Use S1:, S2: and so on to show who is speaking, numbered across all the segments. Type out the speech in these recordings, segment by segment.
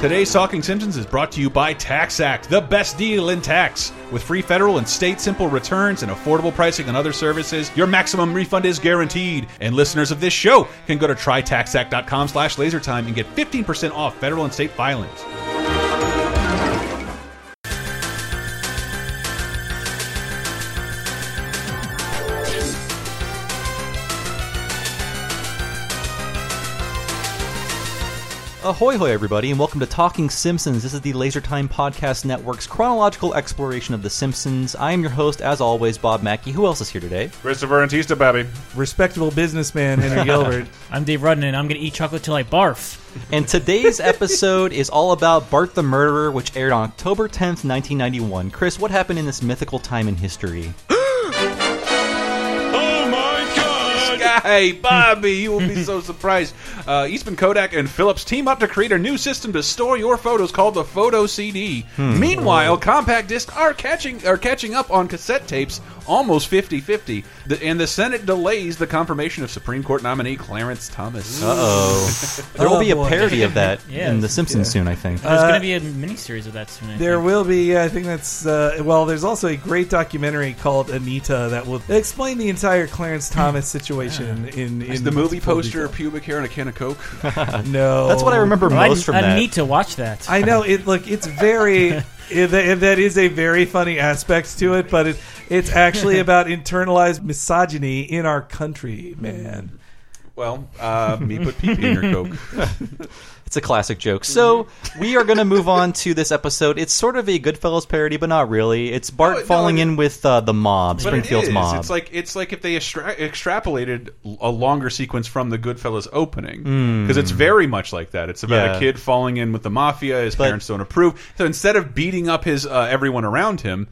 S1: Today's Talking Simpsons is brought to you by TaxAct, the best deal in tax. With free federal and state simple returns and affordable pricing on other services, your maximum refund is guaranteed. And listeners of this show can go to trytaxact.com slash lasertime and get 15% off federal and state filings.
S2: Ahoy, hoy, everybody, and welcome to Talking Simpsons. This is the Laser Time Podcast Network's chronological exploration of The Simpsons. I am your host, as always, Bob Mackey. Who else is here today?
S1: Christopher Antista, baby.
S3: respectable businessman Henry Gilbert.
S4: I'm Dave Rudden, and I'm going to eat chocolate till I barf.
S2: And today's episode is all about Bart the Murderer, which aired on October 10th, 1991. Chris, what happened in this mythical time in history?
S1: Oh my God! Guy, Bobby, you will be so surprised. Uh, Eastman Kodak and Philips team up to create a new system to store your photos called the Photo CD. Meanwhile, compact discs are catching are catching up on cassette tapes, almost 50-50. The, and the Senate delays the confirmation of Supreme Court nominee Clarence Thomas.
S2: Uh oh. There will be a
S3: boy.
S2: parody of that
S4: Yes.
S2: in The Simpsons soon, I think.
S4: There's going to be a miniseries of that soon. I
S3: There
S4: think.
S3: will be, I think that's, uh, well, there's also a great documentary called Anita that will explain the entire Clarence Thomas situation in, in
S1: Is the movie
S3: full
S1: poster
S3: detail.
S1: pubic hair and a can of Coke?
S3: No.
S2: Uh, That's what I remember
S4: Well, I,
S2: most from
S4: I
S2: that.
S4: need to watch that.
S3: I know, it. look, it's very, it, that that is a very funny aspect to it, but it, it's actually about internalized misogyny in our country, man.
S1: Well, uh, me put pee in your Coke.
S2: It's a classic joke.
S1: Mm-hmm.
S2: So we are going to move on to this episode. It's sort of a Goodfellas parody, but not really. It's Bart
S1: No, no,
S2: falling
S1: it-
S2: in with uh, the mob,
S1: But it
S2: Springfield's
S1: is.
S2: mob.
S1: It's like it's like if they extra extrapolated l- a longer sequence from the Goodfellas opening, because it's very much like that. It's about
S2: Hmm. Yeah.
S1: a kid falling in with the mafia. His
S2: But-
S1: parents don't approve. So instead of beating up his uh, everyone around him,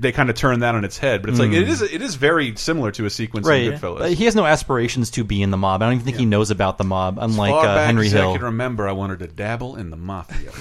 S1: they kind of turn that on its head. But it's like it is it is very similar to a sequence in
S2: Hmm. right.
S1: Goodfellas.
S2: But he has no aspirations to be in the mob. I don't even think he knows about the mob, unlike
S1: Far
S2: uh,
S1: back
S2: Henry
S1: as I
S2: Hill.
S1: can remember, I wanted to dabble in the mafia.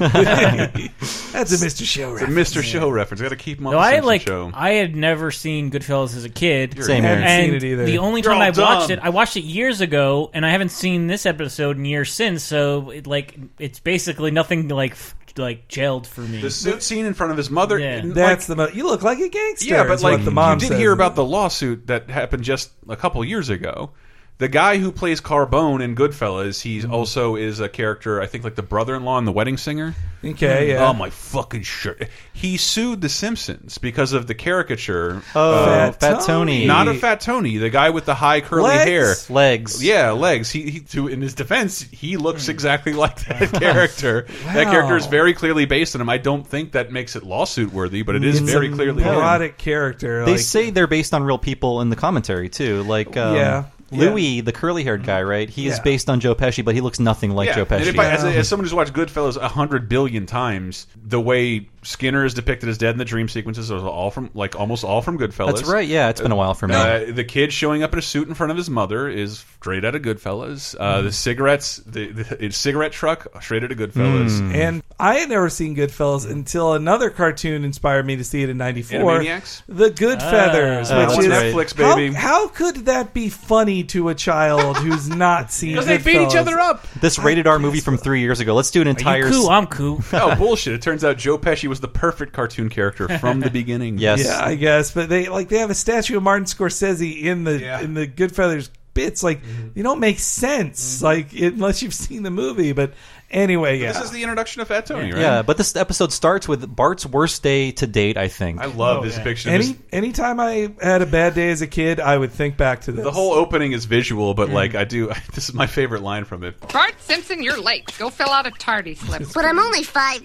S3: That's a Mr. Show
S1: The Mr. Show reference. Got to keep him on
S4: No,
S1: the
S4: I
S1: Simpson
S4: like.
S1: show.
S4: I had never seen Goodfellas as a kid.
S2: Same
S3: I
S2: here.
S3: haven't
S4: And
S3: seen it either.
S4: the only
S1: You're
S4: time
S1: all
S4: I watched
S1: dumb.
S4: it, I watched it years ago, and I haven't seen this episode in years since. So, it, like, it's basically nothing like f- like gelled for me.
S1: the suit scene in front of his mother.
S4: Yeah.
S1: like,
S3: That's the mo- you look like a gangster.
S1: Yeah, but
S3: is what
S1: like
S3: the mom
S1: you did
S3: says
S1: hear
S3: in
S1: about the lawsuit that happened just a couple years ago. The guy who plays Carbone in Goodfellas, he
S3: Mm-hmm.
S1: also is a character. I think like the brother-in-law in The Wedding Singer.
S3: Okay, yeah.
S1: Oh my fucking shirt! He sued The Simpsons because of the caricature.
S2: oh,
S3: Fat
S2: Fat,
S3: Tony.
S2: Tony.
S1: not a Uh, fat Tony, the guy with the high curly
S3: Legs?
S1: hair.
S2: legs.
S1: Yeah, legs. He, he to, in his defense, he looks exactly like that character. That
S3: Mm. Wow.
S1: character is very clearly based on him. I don't think that makes it lawsuit worthy, but it is
S3: Mm, It's
S1: very
S3: a
S1: clearly him.
S3: neurotic character.
S2: They
S3: like,
S2: say they're based on real people in the commentary too. Like um,
S3: Yeah.
S2: Louis, the curly-haired guy, right? He is
S3: Yeah.
S2: based on Joe Pesci, but he looks nothing like Joe
S1: Mm-hmm. and
S2: Pesci.
S1: if I, as, as someone who's watched Goodfellas a hundred billion times, the way Skinner is depicted as dead in the dream sequences are all from like almost all from Goodfellas.
S2: That's right. Yeah, it's been a while for me.
S1: Uh, the kid showing up in a suit in front of his mother is straight out of Goodfellas.
S2: Mm-hmm.
S1: Uh, The cigarettes, the, the it's cigarette truck, straight out of Goodfellas.
S2: Mm.
S3: And I had never seen
S1: Hmm.
S3: Goodfellas until another cartoon inspired me to see it in '94.
S1: Animaniacs?
S3: The Good Feathers,
S2: Ah,
S3: which
S2: that's
S3: is
S2: right.
S1: Uh, Netflix,
S3: how-
S1: baby.
S3: How, could that be funny to a child who's not seen?
S1: Because they beat each
S3: Goodfellas?
S1: other up.
S2: this rated-R movie from three years ago. Let's do an
S4: Are
S2: entire.
S4: you cool? I'm cool.
S1: Oh bullshit! It turns out Joe Pesci was the perfect cartoon character from the beginning.
S2: Yes.
S3: Yeah, I guess. But they like they have a statue of Martin Scorsese in the
S1: Yeah.
S3: in the Goodfellas bits. Like
S1: Mm-hmm.
S3: they don't make sense. Like unless you've seen the movie. But anyway, yeah.
S1: This is the introduction of Fat Tony, right?
S2: Yeah, but this episode starts with Bart's worst day to date. I think.
S1: I love this depiction. of his-
S3: Any anytime I had a bad day as a kid, I would think back to this.
S1: the whole opening is visual,
S3: Mm.
S1: but like I do, this is my favorite line from it.
S5: Bart Simpson, you're late. Go fill out a tardy slip.
S6: But I'm only five,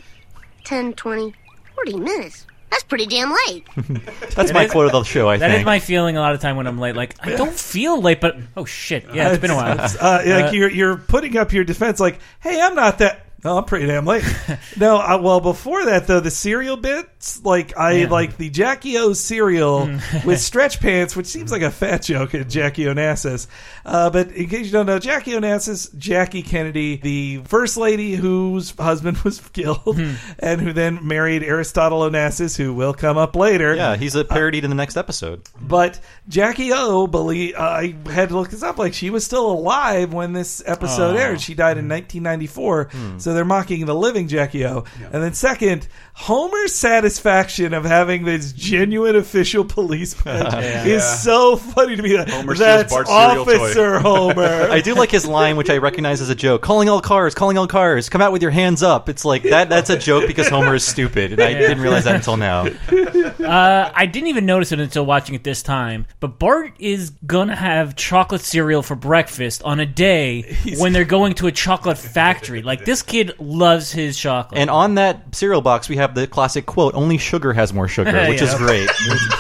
S6: ten, twenty, forty minutes. That's pretty damn late.
S2: That's my quote of the show. I
S4: That
S2: think.
S4: is my feeling a lot of time when I'm late. Like, I don't feel late, but oh shit, yeah, it's been a while.
S3: uh, like you're you're putting up your defense, like, hey, I'm not that. No, I'm pretty damn late. no, I, well, before that though, the cereal bits, like I like the Jackie O cereal
S4: Mm.
S3: with stretch pants, which seems like a fat joke at Jackie Onassis. Uh, but in case you don't know, Jackie Onassis, Jackie Kennedy, the first lady whose husband was killed,
S4: Hmm.
S3: and who then married Aristotle Onassis, who will come up later.
S2: Yeah, he's a parodied in the next episode.
S3: But Jackie O, believe I
S2: Oh. Hmm.
S3: had to look this up. Like she was still alive when this episode aired. She died in 1994. So So they're mocking the living Jackie O. And then second, Homer's satisfaction of having this genuine official police badge is so funny to me.
S1: Homer steals
S3: That's
S1: Bart's cereal toy."
S3: Officer Homer.
S2: I do like his line, which I recognize as a joke. Calling all cars, calling all cars, come out with your hands up. It's like that. That's a joke because Homer is stupid, and I didn't realize that until now.
S4: Uh, I didn't even notice it until watching it this time. But Bart is gonna have chocolate cereal for breakfast on a day when they're going to a chocolate factory. Like this kid loves his chocolate.
S2: And on that cereal box, we have the classic quote: "Only sugar has more sugar," which is
S4: Yeah.
S2: great.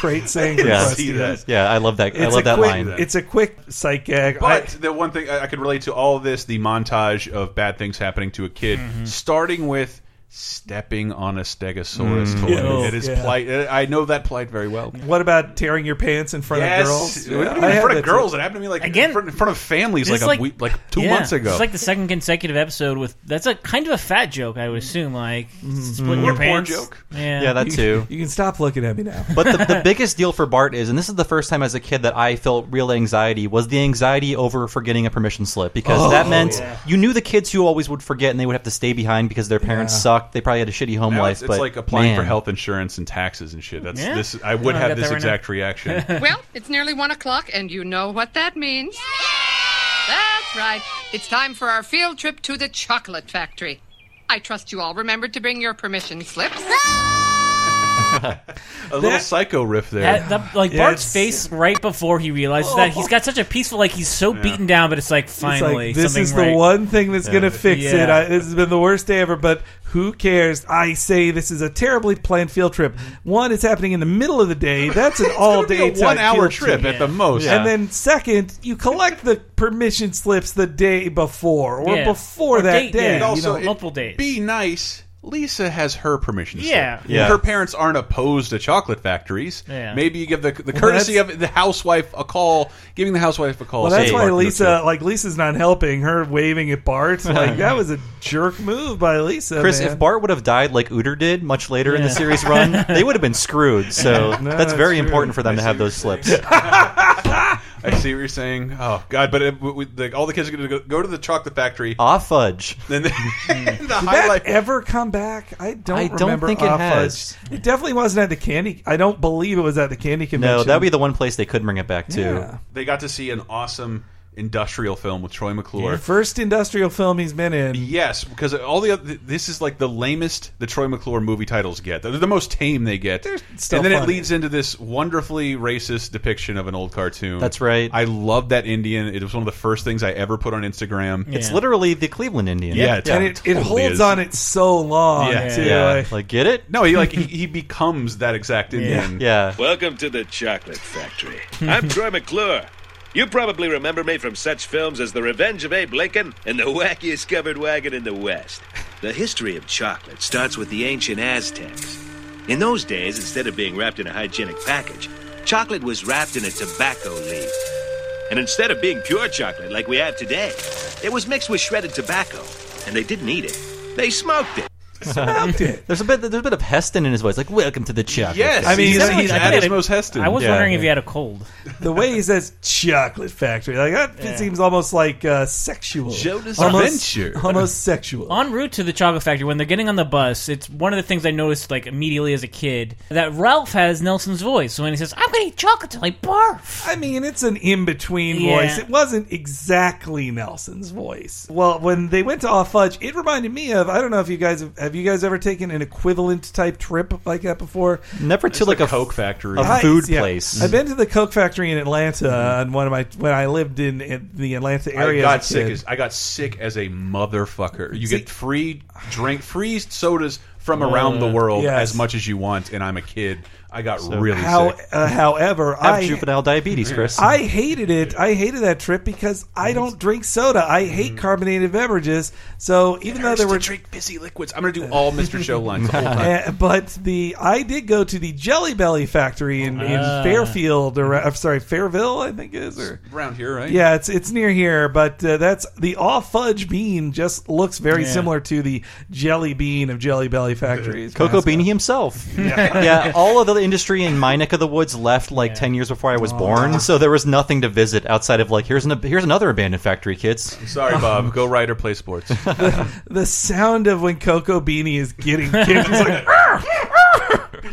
S3: Great saying.
S2: Yeah.
S3: from
S1: See
S3: Krusty.
S1: that.
S2: Yeah, I love that. I
S3: It's
S2: love
S3: a
S2: that
S3: quick,
S2: line.
S3: It's a quick sight gag.
S1: But the one thing I, I could relate to all of this the montage of bad things happening to a kid,
S3: Mm-hmm.
S1: starting with stepping on a stegosaurus toy.
S3: Yes.
S1: It is
S3: Mm. Yeah.
S1: plight. uh, I know that plight very well.
S3: I- what about tearing your pants in front
S1: Yes,
S3: of girls?
S1: It wasn't even
S3: I
S1: in
S3: had
S1: front of
S3: that
S1: girls.
S3: too.
S1: It happened to me like
S4: Again,
S1: in front, in front of families,
S4: this
S1: like
S4: is
S1: a
S4: like-
S1: week, like two
S4: Yeah.
S1: months ago.
S4: It's like the second consecutive episode with that's a kind of a fat joke, I would assume. Like splitting
S1: Or
S4: your
S1: a porn
S4: pants.
S1: joke.
S4: Yeah.
S2: yeah, that too.
S3: You can stop looking at me now.
S2: But the, the biggest deal for Bart is, and this is the first time as a kid that I felt real anxiety, was the anxiety over forgetting a permission slip because that meant you knew the kids who always would forget and they would have to stay behind because their parents sucked. They probably had a shitty home
S1: Now
S2: life.
S1: it's, it's
S2: but
S1: like applying for
S2: man.
S1: health insurance and taxes and shit. That's
S4: Yeah.
S1: this. I would
S4: No, I
S1: have
S4: got
S1: this
S4: that right now.
S1: exact reaction.
S5: Well, it's nearly one o'clock, and you know what that means. That's right. It's time for our field trip to the chocolate factory. I trust you all remembered to bring your permission slips.
S1: a little psycho riff there.
S4: That, that- like
S3: Yeah,
S4: Bart's
S3: it's-
S4: face right before he realizes that he's got such a peaceful, like he's so beaten down, but it's like
S3: It's
S4: finally
S3: like, this
S4: something
S3: is
S4: right.
S3: the one thing that's going to fix it.
S4: Yeah.
S3: I, this has been the worst day ever, but who cares? I say this is a terribly planned field trip. One, it's happening in the middle of the day. That's an all day
S1: one hour trip at the most.
S2: Yeah.
S3: And then second, you collect the permission slips the day before or
S4: Yeah.
S3: before
S4: Or
S3: that
S4: date
S3: day.
S4: day.
S1: And
S3: you
S1: also,
S3: know.
S1: it-
S4: multiple days.
S1: Be nice. Lisa has her permission. slip.
S4: Yeah.
S2: Yeah.
S1: Her parents aren't opposed to chocolate factories.
S4: Yeah.
S1: Maybe you give the the courtesy
S3: that's-
S1: of the housewife a call, giving the housewife a call.
S3: Well, that's
S1: Say,
S3: why
S1: "Martin,
S3: Lisa, like Lisa's not helping. Her waving at Bart, like that was a jerk move by Lisa.
S2: Chris,
S3: Oh, man.
S2: if Bart would have died like Uter did much later in the series run, they would have been screwed. So that's,
S3: that's
S2: very
S3: true.
S2: important for them to have those slips.
S1: I see what you're saying. Oh God! But it, we, the, all the kids are going to go, go to the chocolate factory.
S2: ah, fudge.
S1: Then the, the
S3: Did Hmm. that
S1: highlight.
S3: ever come back? I don't.
S2: I don't
S3: remember
S2: think it
S3: Off
S2: has.
S3: Fudge. It definitely wasn't at the candy. I don't believe it was at the candy convention.
S2: No, that'd be the one place they could bring it back to.
S3: Yeah.
S1: They got to see an awesome industrial film with Troy McClure.
S3: the first industrial film he's been in.
S1: Yes, because all the other, this is like the lamest the Troy McClure movie titles get. They're the most tame they get.
S3: still
S1: and then it
S3: funny.
S1: leads into this wonderfully racist depiction of an old cartoon.
S2: That's right.
S1: I love that Indian. It was one of the first things I ever put on Instagram.
S2: It's
S4: Yeah.
S2: literally the Cleveland Indian.
S1: Yeah, it's-
S3: And it, it
S1: Totally
S3: holds
S1: is.
S3: on it so long.
S1: Yeah.
S3: too.
S2: Yeah.
S3: Like,
S2: Like, get it?
S1: uh, No, he like he, he becomes that exact Indian.
S2: Yeah.
S7: Welcome to the Chocolate Factory. I'm Troy McClure. You probably remember me from such films as The Revenge of Abe Lincoln and The Wackiest Covered Wagon in the West. The history of chocolate starts with the ancient Aztecs. In those days, instead of being wrapped in a hygienic package, chocolate was wrapped in a tobacco leaf. And instead of being pure chocolate like we have today, it was mixed with shredded tobacco. And they didn't eat it, they smoked it.
S3: smoked it.
S2: There's a bit. There's a bit of Heston in his voice. Like, welcome to the chocolate.
S1: Yes,
S3: I mean,
S1: he's,
S3: he's-
S1: he's
S4: I
S1: at
S4: did
S1: his
S4: it.
S1: most Heston.
S4: I was
S2: Yeah.
S4: wondering if he had a cold.
S3: The way he says "chocolate factory," like that it seems almost like uh, sexual.
S1: Jonas
S3: almost,
S1: Venture.
S3: almost sexual.
S4: En route to the chocolate factory, when they're getting on the bus, it's one of the things I noticed like immediately as a kid that Ralph has Nelson's voice. So when he says, "I'm gonna eat chocolate till I barf,"
S3: I mean, it's an in between
S4: Yeah.
S3: voice. It wasn't exactly Nelson's voice. Well, when they went to Off Fudge, it reminded me of I don't know if you guys have, have you guys ever taken an equivalent type trip like that before.
S2: Never to like a
S1: Coke factory.
S2: a
S3: Right,
S2: food
S3: yeah.
S2: place.
S3: I've been to the Coke factory in Atlanta on one of my when I lived in, in the Atlanta
S1: I
S3: area.
S1: got
S3: as a
S1: sick
S3: kid.
S1: as I got sick as a motherfucker. You
S3: See-
S1: get free drink, free sodas from around the world
S3: yes.
S1: as much as you want, and I'm a kid. I got really
S3: How,
S1: sick.
S3: uh, however,
S2: Have
S3: I
S2: juvenile diabetes, Chris.
S3: I hated it. I hated that trip because I don't drink soda. I hate carbonated beverages. So even though there were
S1: drink fizzy liquids. I'm gonna do all Mr. Show lines the whole time.
S3: Uh, but the I did go to the Jelly Belly factory in, in
S4: Ah.
S3: Fairfield, or I'm sorry, Fairville, I think it is. Or
S1: Around here, right?
S3: yeah, it's it's near here, but uh, that's the all fudge bean. Just looks very
S4: Yeah.
S3: similar to the jelly bean of Jelly Belly Chocolate Factory. is
S2: Coco
S3: mascot.
S2: Beanie himself. Yeah. all of the industry in my neck of the woods left like ten years before I was born, so there was nothing to visit outside of like here's an here's another abandoned factory, kids.
S1: Sorry, Bob. Go ride or play sports.
S3: The sound of when Coco Beanie is getting kicked. He's like,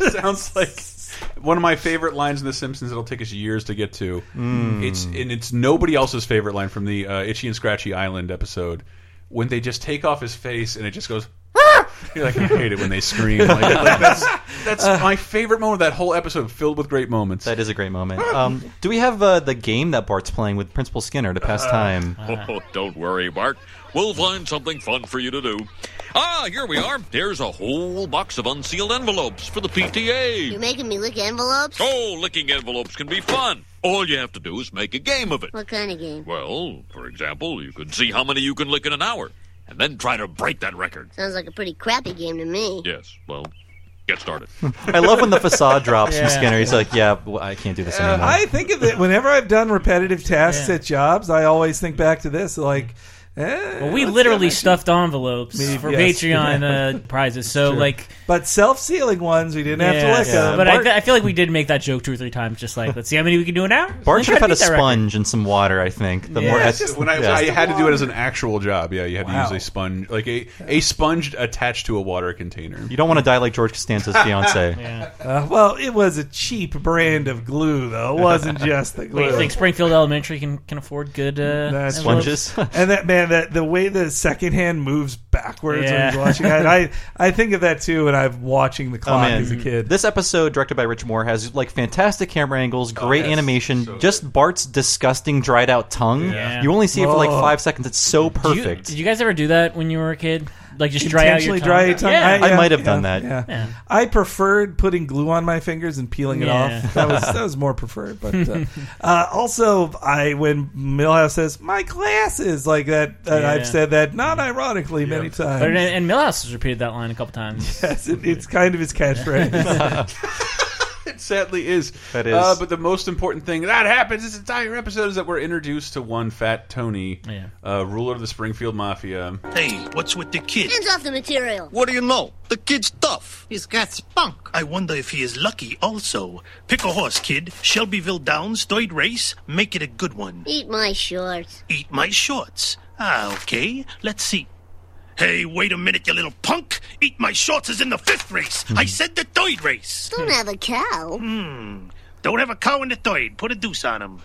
S1: sounds like one of my favorite lines in The Simpsons. It'll take us years to get to.
S3: Hmm.
S1: It's and it's nobody else's favorite line from the uh, Itchy and Scratchy Island episode when they just take off his face and it just goes. "Ah!" You're like I hate it when they scream. Like, like, that's that's
S3: Uh.
S1: my favorite moment. of That whole episode filled with great moments.
S2: That is a great moment. Um, do we have uh, the game that Bart's playing with Principal Skinner to pass time?
S8: Oh, don't worry, Bart. We'll find something fun for you to do. Ah, here we are. Here's a whole box of unsealed envelopes for the
S6: You're
S8: PTA.
S6: making me lick envelopes?
S8: Oh, licking envelopes can be fun. All you have to do is make a game of it.
S6: What kind of game?
S8: Well, for example, you could see how many you can lick in an hour, and then try to break that record.
S6: Sounds like a pretty crappy game to me.
S8: Yes, well, get started.
S2: I love when the facade drops
S4: Yeah.
S2: from Skinner. He's like, yeah, well, I can't do this anymore.
S3: I think of it whenever I've done repetitive tasks
S4: Yeah.
S3: at jobs. I always think back to this, like, eh,
S4: Well, we literally stuffed envelopes
S3: Me-
S4: for
S3: yes.
S4: Patreon uh, prizes, so like,
S3: but self-sealing ones we didn't have to uh,
S4: yeah,
S3: let go.
S4: but I,
S3: Bart-
S4: th- I feel like we did make that joke two or three times. Just like, let's see how many we can do an hour.
S2: Bart
S4: Let's
S2: should have
S4: try
S2: had
S4: to
S2: a
S4: beat that record.
S2: sponge and some water. I think the
S4: Yeah,
S2: more
S4: it's
S1: Just when I, I
S2: yeah.
S1: had to do it as an actual job, yeah, you had
S3: Wow.
S1: to use a sponge, like a a sponge attached to a water container.
S2: you don't want to die like George Costanza's fiance.
S3: uh, well, it was a cheap brand of glue, though. It wasn't just the glue.
S4: Wait, you think Springfield Elementary can, can afford good uh,
S3: That's
S4: envelopes?
S2: Sponges.
S3: and that man, that the way the second hand moves backwards when
S4: Yeah.
S3: he's watching, I, I I think of that too when I'm watching the
S2: Oh,
S3: clock
S2: man.
S3: as a kid.
S2: This episode, directed by Rich Moore, has like fantastic camera angles, great
S1: Oh, yes.
S2: animation.
S1: So
S2: just Bart's disgusting, dried out tongue.
S4: Yeah.
S2: You only see it for like
S3: Oh.
S2: five seconds. It's so
S4: Do you-
S2: perfect.
S4: did you guys ever do that when you were a kid? Like just dry out your
S3: Intentionally
S4: tongue?
S3: dry your tongue.
S4: Yeah.
S2: I might have done that.
S3: Yeah.
S4: Yeah.
S3: I preferred putting glue on my fingers and peeling it
S4: Yeah.
S3: off. That was that was more preferred. But uh, uh, also, I when Millhouse says my glasses like that, uh,
S4: Yeah.
S3: I've said that not ironically many times.
S4: But, and, and Millhouse has repeated that line a couple times.
S3: Yes, it, it's kind of his catchphrase.
S1: It sadly is.
S2: That is.
S1: Uh, but the most important thing that happens this entire episode is that we're introduced to one fat Tony,
S4: Yeah.
S1: uh, ruler of the Springfield Mafia.
S9: Hey, what's with the kid?
S6: Hands off the material.
S8: What do you know? The kid's tough.
S5: He's got spunk.
S9: I wonder if he is lucky also. Pick a horse, kid. Shelbyville Downs, third race. Make it a good one.
S6: Eat my shorts.
S9: Eat my shorts. Ah, okay. Let's see. Hey, wait a minute, you little punk! Eat my shorts is in the fifth race. I said the third race.
S6: Don't have a cow.
S9: Don't have a cow in the third. Put a deuce on him.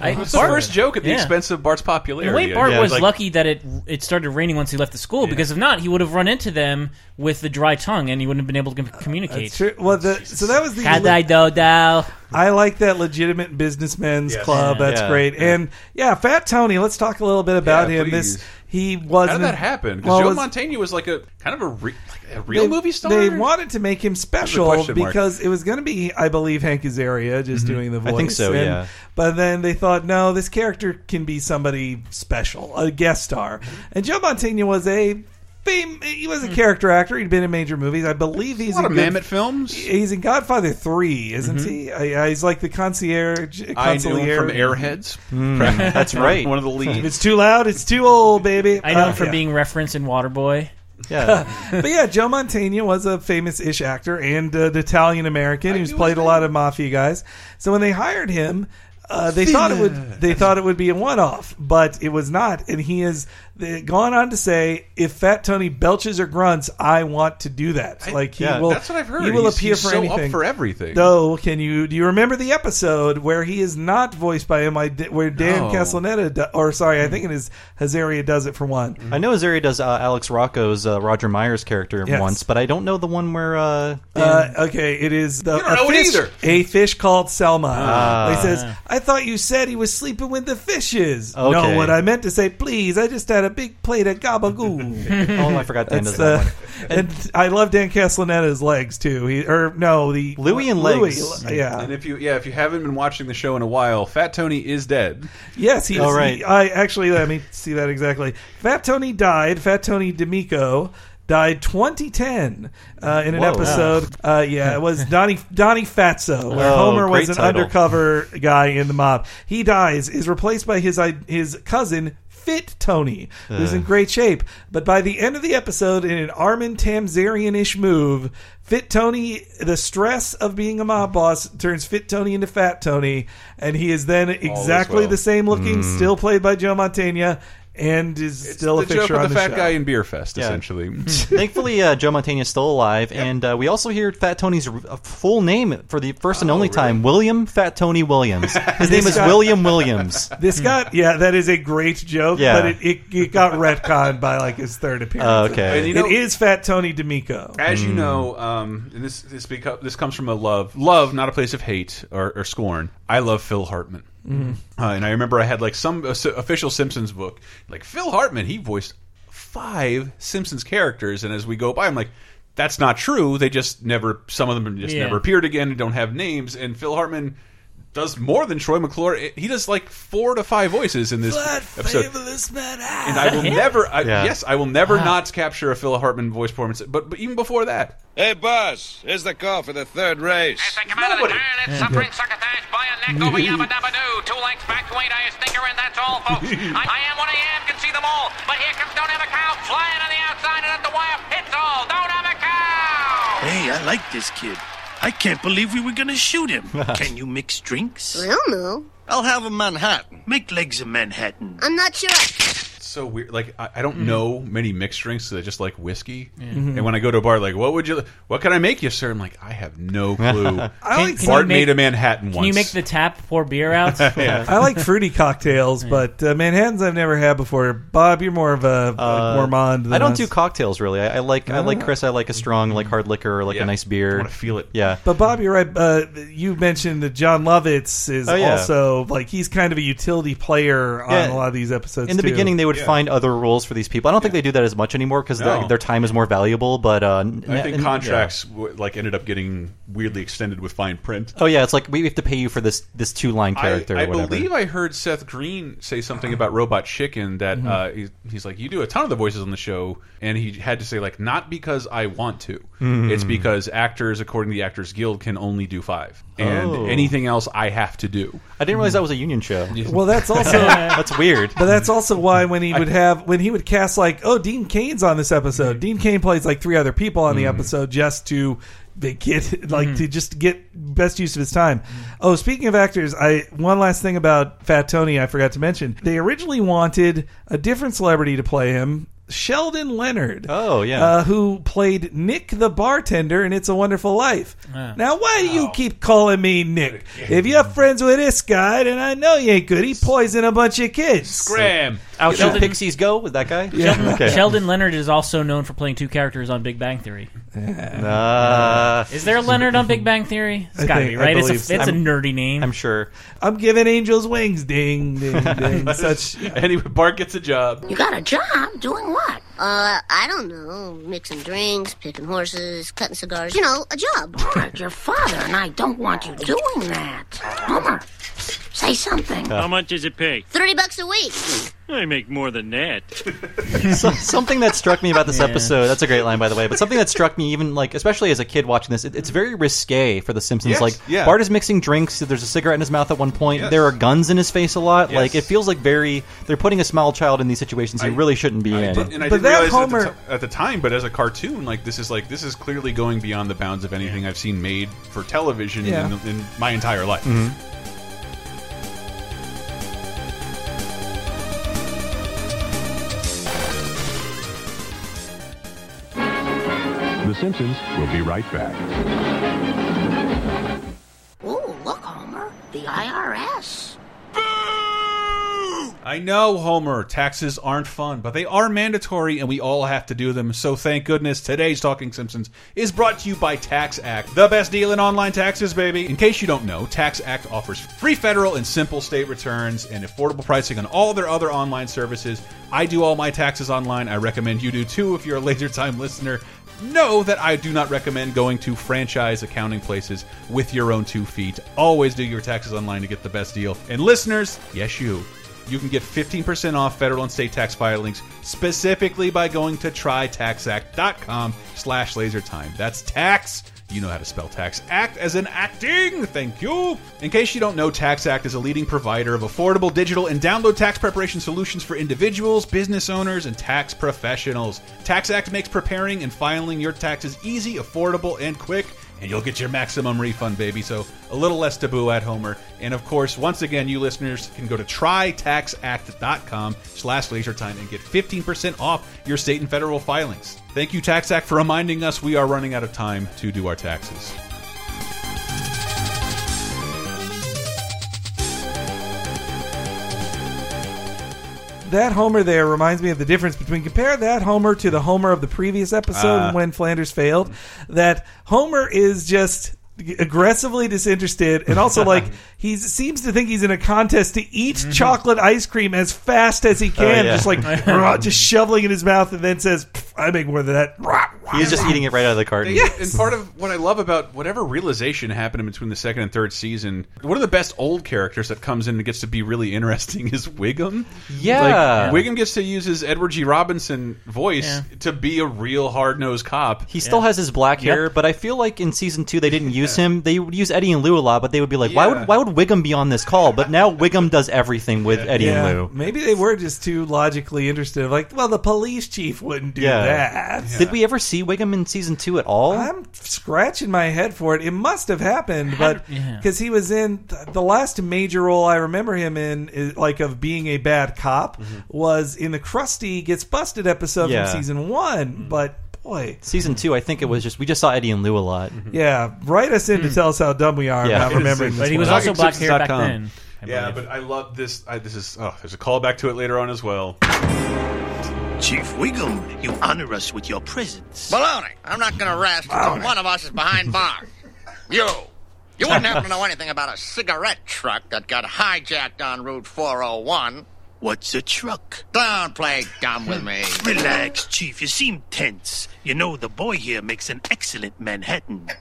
S4: I,
S1: It's the first joke at the
S4: Yeah.
S1: expense of Bart's popularity.
S4: And Wade Bart
S1: Yeah,
S4: was
S1: like-
S4: lucky that it it started raining once he left the school because if not, he would have run into them with the dry tongue and he wouldn't have been able to com- communicate.
S3: True. Well, the, so that was the
S4: Had I do do.
S3: I like that legitimate businessman's
S1: Yes.
S3: club. That's
S2: Yeah.
S3: great. And yeah, Fat Tony. Let's talk a little bit about
S1: Yeah,
S3: him. This
S1: please.
S3: he wasn't.
S1: How did that happen? Because
S3: well,
S1: Joe
S3: was-
S1: Montaigne was like a kind of a, re, like a real
S3: they-
S1: movie star.
S3: They wanted to make him special
S1: question mark.
S3: because it was going to be, I believe, Hank Azaria just doing the voice.
S2: Mm-hmm. I think so,
S3: And-
S2: yeah.
S3: But then they thought, no, this character can be somebody special, a guest star. And Joe Montaigne was a fame. He was a character actor. He'd been in major movies. I believe he's
S1: Hmm. a lot of
S3: in good-
S1: Mammoth films.
S3: He's in Godfather Three, isn't he? I, I, he's like the concierge.
S1: Mm-hmm. I knew him
S3: consigliere.
S1: from Airheads.
S3: Mm-hmm.
S2: That's right.
S1: One of the
S3: If
S1: leads.
S3: it's too loud, it's too old, baby.
S4: I know
S3: Uh,
S4: him from
S3: yeah.
S4: being referenced in Waterboy.
S2: yeah.
S3: but yeah, Joe Montaigne was a famous-ish actor and uh, an Italian American who's
S1: knew
S3: played
S1: his
S3: a
S1: name.
S3: lot of mafia guys. So when they hired him, uh, they thought it would they thought it would be a one-off, but it was not. And he has uh, gone on to say, "If Fat Tony belches or grunts, I want to do that." Like he
S2: yeah,
S3: will.
S1: That's what I've heard.
S3: He will
S1: He's-
S3: appear
S1: he's
S3: for
S1: so
S3: anything.
S1: up for everything.
S3: Though, can you do you remember the episode where he is not voiced by him? I di- where
S1: No.
S3: Dan Castellaneta, do, or sorry, I think it is Hazaria does it for one.
S2: I know Azaria does uh, Alex Rocco's uh, Roger Myers character
S3: Yes.
S2: once, but I don't know the one where. Uh,
S3: Uh, okay, it is the
S1: don't
S3: a
S1: know it
S3: fish,
S1: either.
S3: a fish called Selma. he says, "I thought you said he was sleeping with the fishes."
S2: Okay.
S3: No, what I meant to say, please. I just had a big plate of gabagoo.
S2: oh, I forgot Dan does
S3: That's,
S2: that
S3: uh,
S2: one.
S3: and I love Dan Castellaneta's legs too. He or no, the
S2: Louis and legs.
S1: And
S3: yeah,
S1: if you yeah, if you haven't been watching the show in a while, Fat Tony is dead.
S3: yes, he's.
S2: All right.
S3: he- I actually let me see that exactly. Fat Tony died. Fat Tony D'Amico. Died 2010 uh, in an
S2: Whoa.
S3: episode. Uh, yeah, it was Donnie Donnie Fatso, where
S2: Oh,
S3: Homer was
S2: great
S3: an
S2: title.
S3: undercover. undercover guy in the mob. He dies, is replaced by his his cousin fit Tony, who's in great shape. But by the end of the episode, in an Armin Tamzarian ish move, Fit Tony, the stress of being a mob boss turns Fit Tony into Fat Tony, and he is then exactly
S1: will.
S3: the same looking,
S2: Mm-hmm.
S3: still played by Joe Mantegna, and is still a
S1: the joke
S3: picture
S1: of
S3: on
S1: the,
S3: the,
S1: fat
S3: show.
S1: guy in Beer Fest, essentially.
S2: Thankfully, uh, Joe Montana is still alive, and uh, we also hear Fat Tony's r- uh, full name for the first
S1: Oh,
S2: and only time: William Fat Tony Williams. His name is
S3: guy-
S2: William Williams.
S3: This got yeah, that is a great joke,
S2: Yeah.
S3: but it, it, it got retconned by like his third appearance.
S2: Uh, okay.
S1: And you know,
S3: it is Fat Tony D'Amico.
S1: as you know, um, and this this beco- this comes from a love, love, not a place of hate or, or scorn. I love Phil Hartman, uh, and I remember I had like some uh, official Simpsons book, like Phil Hartman. He voiced five Simpsons characters, and as we go by, I'm like. That's not true. They just never. Some of them just
S4: Yeah.
S1: never appeared again and don't have names. And Phil Hartman does more than Troy McClure. He does like four to five voices in this episode and I will never. I,
S2: Yeah.
S1: Yes, I will never not capture a Phil Hartman voice performance. But, but even before that,
S7: Hey, boss, here's the call for the third race.
S10: Come out of the turn, it's suffering succotash by a neck over yabba dabba doo. Two lengths back to eight, I a stinker, and that's all, folks. I, I am what I am, can see them all. But here comes Don't Have a Cow, flying on the outside and at the wire, hits all. Don't Have a Cow!
S9: Hey, I like this kid. I can't believe we were gonna shoot him. Can you mix drinks?
S6: Well, no.
S9: I'll have a Manhattan. Make legs of Manhattan.
S6: I'm not sure.
S1: it's so weird. Like I, I don't know many mixed drinks that just like whiskey. And when I go to a bar, like, what would you? What can I make you, sir? I'm like, I have no clue.
S3: I like
S1: Bart
S4: make-
S1: made a Manhattan
S4: Can
S1: once.
S4: you make the tap pour beer out?
S3: I like fruity cocktails, but uh, Manhattans I've never had before. Bob, you're more of a like, gourmand. Than
S2: Uh, I don't
S3: us.
S2: do cocktails really. I, I like I like Chris. I like a strong like hard liquor or
S1: Oh.
S2: like
S1: Yeah.
S2: a nice beer.
S1: I want to feel it.
S2: Yeah.
S3: But Bob, you're right. Uh, you mentioned that John Lovitz is
S2: Oh, yeah.
S3: also like he's kind of a utility player on
S2: Yeah.
S3: a lot of these episodes.
S2: in the
S3: too.
S2: beginning they would find other rules for these people. I don't think they do that as much anymore because
S1: No.
S2: their time is more valuable. But uh, n-
S1: I think
S2: n-
S1: contracts w like ended up getting weirdly extended with fine print.
S2: yeah. Oh yeah, it's like we have to pay you for this this two line character.
S1: I, I
S2: or whatever.
S1: believe I heard Seth Green say something about Robot Chicken that uh, he's, he's like, you do a ton of the voices on the show, and he had to say like, not because I want to, it's because actors, according to the Actors Guild, can only do five, and
S2: Oh.
S1: anything else I have to do.
S2: I didn't realize that was a union show.
S3: Well, that's also.
S2: That's weird.
S3: But that's also why when he would have when he would cast like oh Dean Kane's on this episode. Dean Kane plays like three other people on the episode just to they get like to just get best use of his time. Oh, speaking of actors, I one last thing about Fat Tony I forgot to mention. They originally wanted a different celebrity to play him. Sheldon Leonard.
S2: Oh, yeah.
S3: Uh, who played Nick the bartender in It's a Wonderful Life. Now, why do you keep calling me Nick? If you're friends with this guy, then I know you ain't good. He poisoned a bunch of kids.
S1: Graham,
S2: Out should
S4: Sheldon-
S2: pixies go with that guy?
S3: Yeah.
S2: Okay.
S4: Sheldon Leonard is also known for playing two characters on Big Bang Theory.
S2: Uh,
S4: Is there a Leonard on Big Bang Theory? It's
S3: I
S4: gotta
S3: think-
S4: be,
S3: I
S4: right? It's a,
S3: believe so.
S4: it's a
S2: I'm-
S4: nerdy name.
S2: I'm sure.
S3: I'm giving angels wings. Ding, ding, ding. Such.
S1: anyway, Bart gets a job.
S6: You got a job doing what? Uh, I don't know. Mixing drinks, picking horses, cutting cigars. You know, a job.
S10: Homer, your father and I don't want you doing that. Homer, say something.
S4: Uh.
S9: How much does it pay?
S6: 30 bucks a week.
S9: I make more than that.
S2: So, something that struck me about this episode. That's a great line, by the way. But something that struck me, even like especially as a kid watching this, it, it's very risque for The Simpsons.
S1: Yes,
S2: like
S1: yeah.
S2: Bart is mixing drinks. There's a cigarette in his mouth at one point.
S1: Yes.
S2: There are guns in his face a lot. Like
S1: Yes.
S2: it feels like very. They're putting a small child in these situations he
S1: I-
S2: really shouldn't be
S1: I
S2: in.
S1: did, and I
S3: But
S1: didn't
S3: that
S1: realize it at,
S3: Homer-
S1: the ti- at the time, but as a cartoon, like this is like this is clearly going beyond the bounds of anything I've seen made for television
S3: Yeah.
S1: in, in my entire life.
S7: The Simpsons will be right back.
S10: Ooh, look, Homer, the IRS.
S1: I know, Homer, taxes aren't fun, but they are mandatory and we all have to do them. So thank goodness today's Talking Simpsons is brought to you by Tax Act, the best deal in online taxes, baby. In case you don't know, Tax Act offers free federal and simple state returns and affordable pricing on all their other online services. I do all my taxes online. I recommend you do too if you're a later time listener. Know that I do not recommend going to franchise accounting places with your own two feet. Always do your taxes online to get the best deal. And listeners, yes, you you can get 15% off federal and state tax filings specifically by going to trytaxact.com slash lasertime. That's tax You know how to spell Tax Act as in acting. Thank you. In case you don't know, Tax Act is a leading provider of affordable digital and download tax preparation solutions for individuals, business owners, and tax professionals. Tax Act makes preparing and filing your taxes easy, affordable, and quick. And you'll get your maximum refund, baby. So a little less taboo at Homer. And of course, once again, you listeners can go to trytaxact.com slash lasertime and get 15% off your state and federal filings. Thank you, Tax Act, for reminding us we are running out of time to do our taxes.
S3: That Homer there reminds me of the difference between compare that Homer to the Homer of the previous episode
S1: Ah.
S3: when Flanders failed. That Homer is just aggressively disinterested and also like he seems to think he's in a contest to eat chocolate ice cream as fast as he can
S2: Mm-hmm. Oh, yeah.
S3: just like rah, just shoveling in his mouth and then says "Pff, i make more than that Rah, rah.
S2: He's just eating it right out of the carton.
S1: They- And part of what I love about whatever realization happened in between the second and third season, one of the best old characters that comes in and gets to be really interesting is Wiggum.
S2: Yeah.
S1: Like, Wiggum gets to use his Edward G. Robinson voice to be a real hard nosed cop.
S2: He still has his black hair, but I feel like in season two they didn't use him. They would use Eddie and Lou a lot, but they would be like, "Why
S1: Yeah.
S2: would why would Wiggum be on this call?" But now Wiggum does everything with Eddie
S3: yeah,
S2: and Lou.
S3: maybe they were just too logically interested like well the police chief wouldn't do
S2: Yeah.
S3: that
S2: Did we ever see Wiggum in season two at all?
S3: I'm scratching my head for it. It must have happened, but
S4: yeah.
S3: because he was in th- the last major role I remember him in, is, like of being a bad cop, was in the Krusty Gets Busted episode
S2: Yeah.
S3: from season one. But boy,
S2: season two, I think it was just we just saw Eddie and Lou a lot.
S3: yeah, write us in to tell us how dumb we are
S2: Yeah.
S3: about remembering
S4: But
S3: this.
S4: he was
S3: one.
S4: also black hair back
S2: Simpsons.com.
S4: then. I
S1: Yeah,
S4: believe.
S1: but I love this. I, this is oh, there's a callback to it later on as well.
S9: Chief Wiggum, you honor us with your presence.
S10: Baloney. I'm not going to rest until one of us is behind bars. You. You wouldn't happen to know anything about a cigarette truck that got hijacked on Route 401.
S9: What's a truck?
S10: Don't play dumb with me.
S9: Relax, Chief. You seem tense. You know, the boy here makes an excellent Manhattan.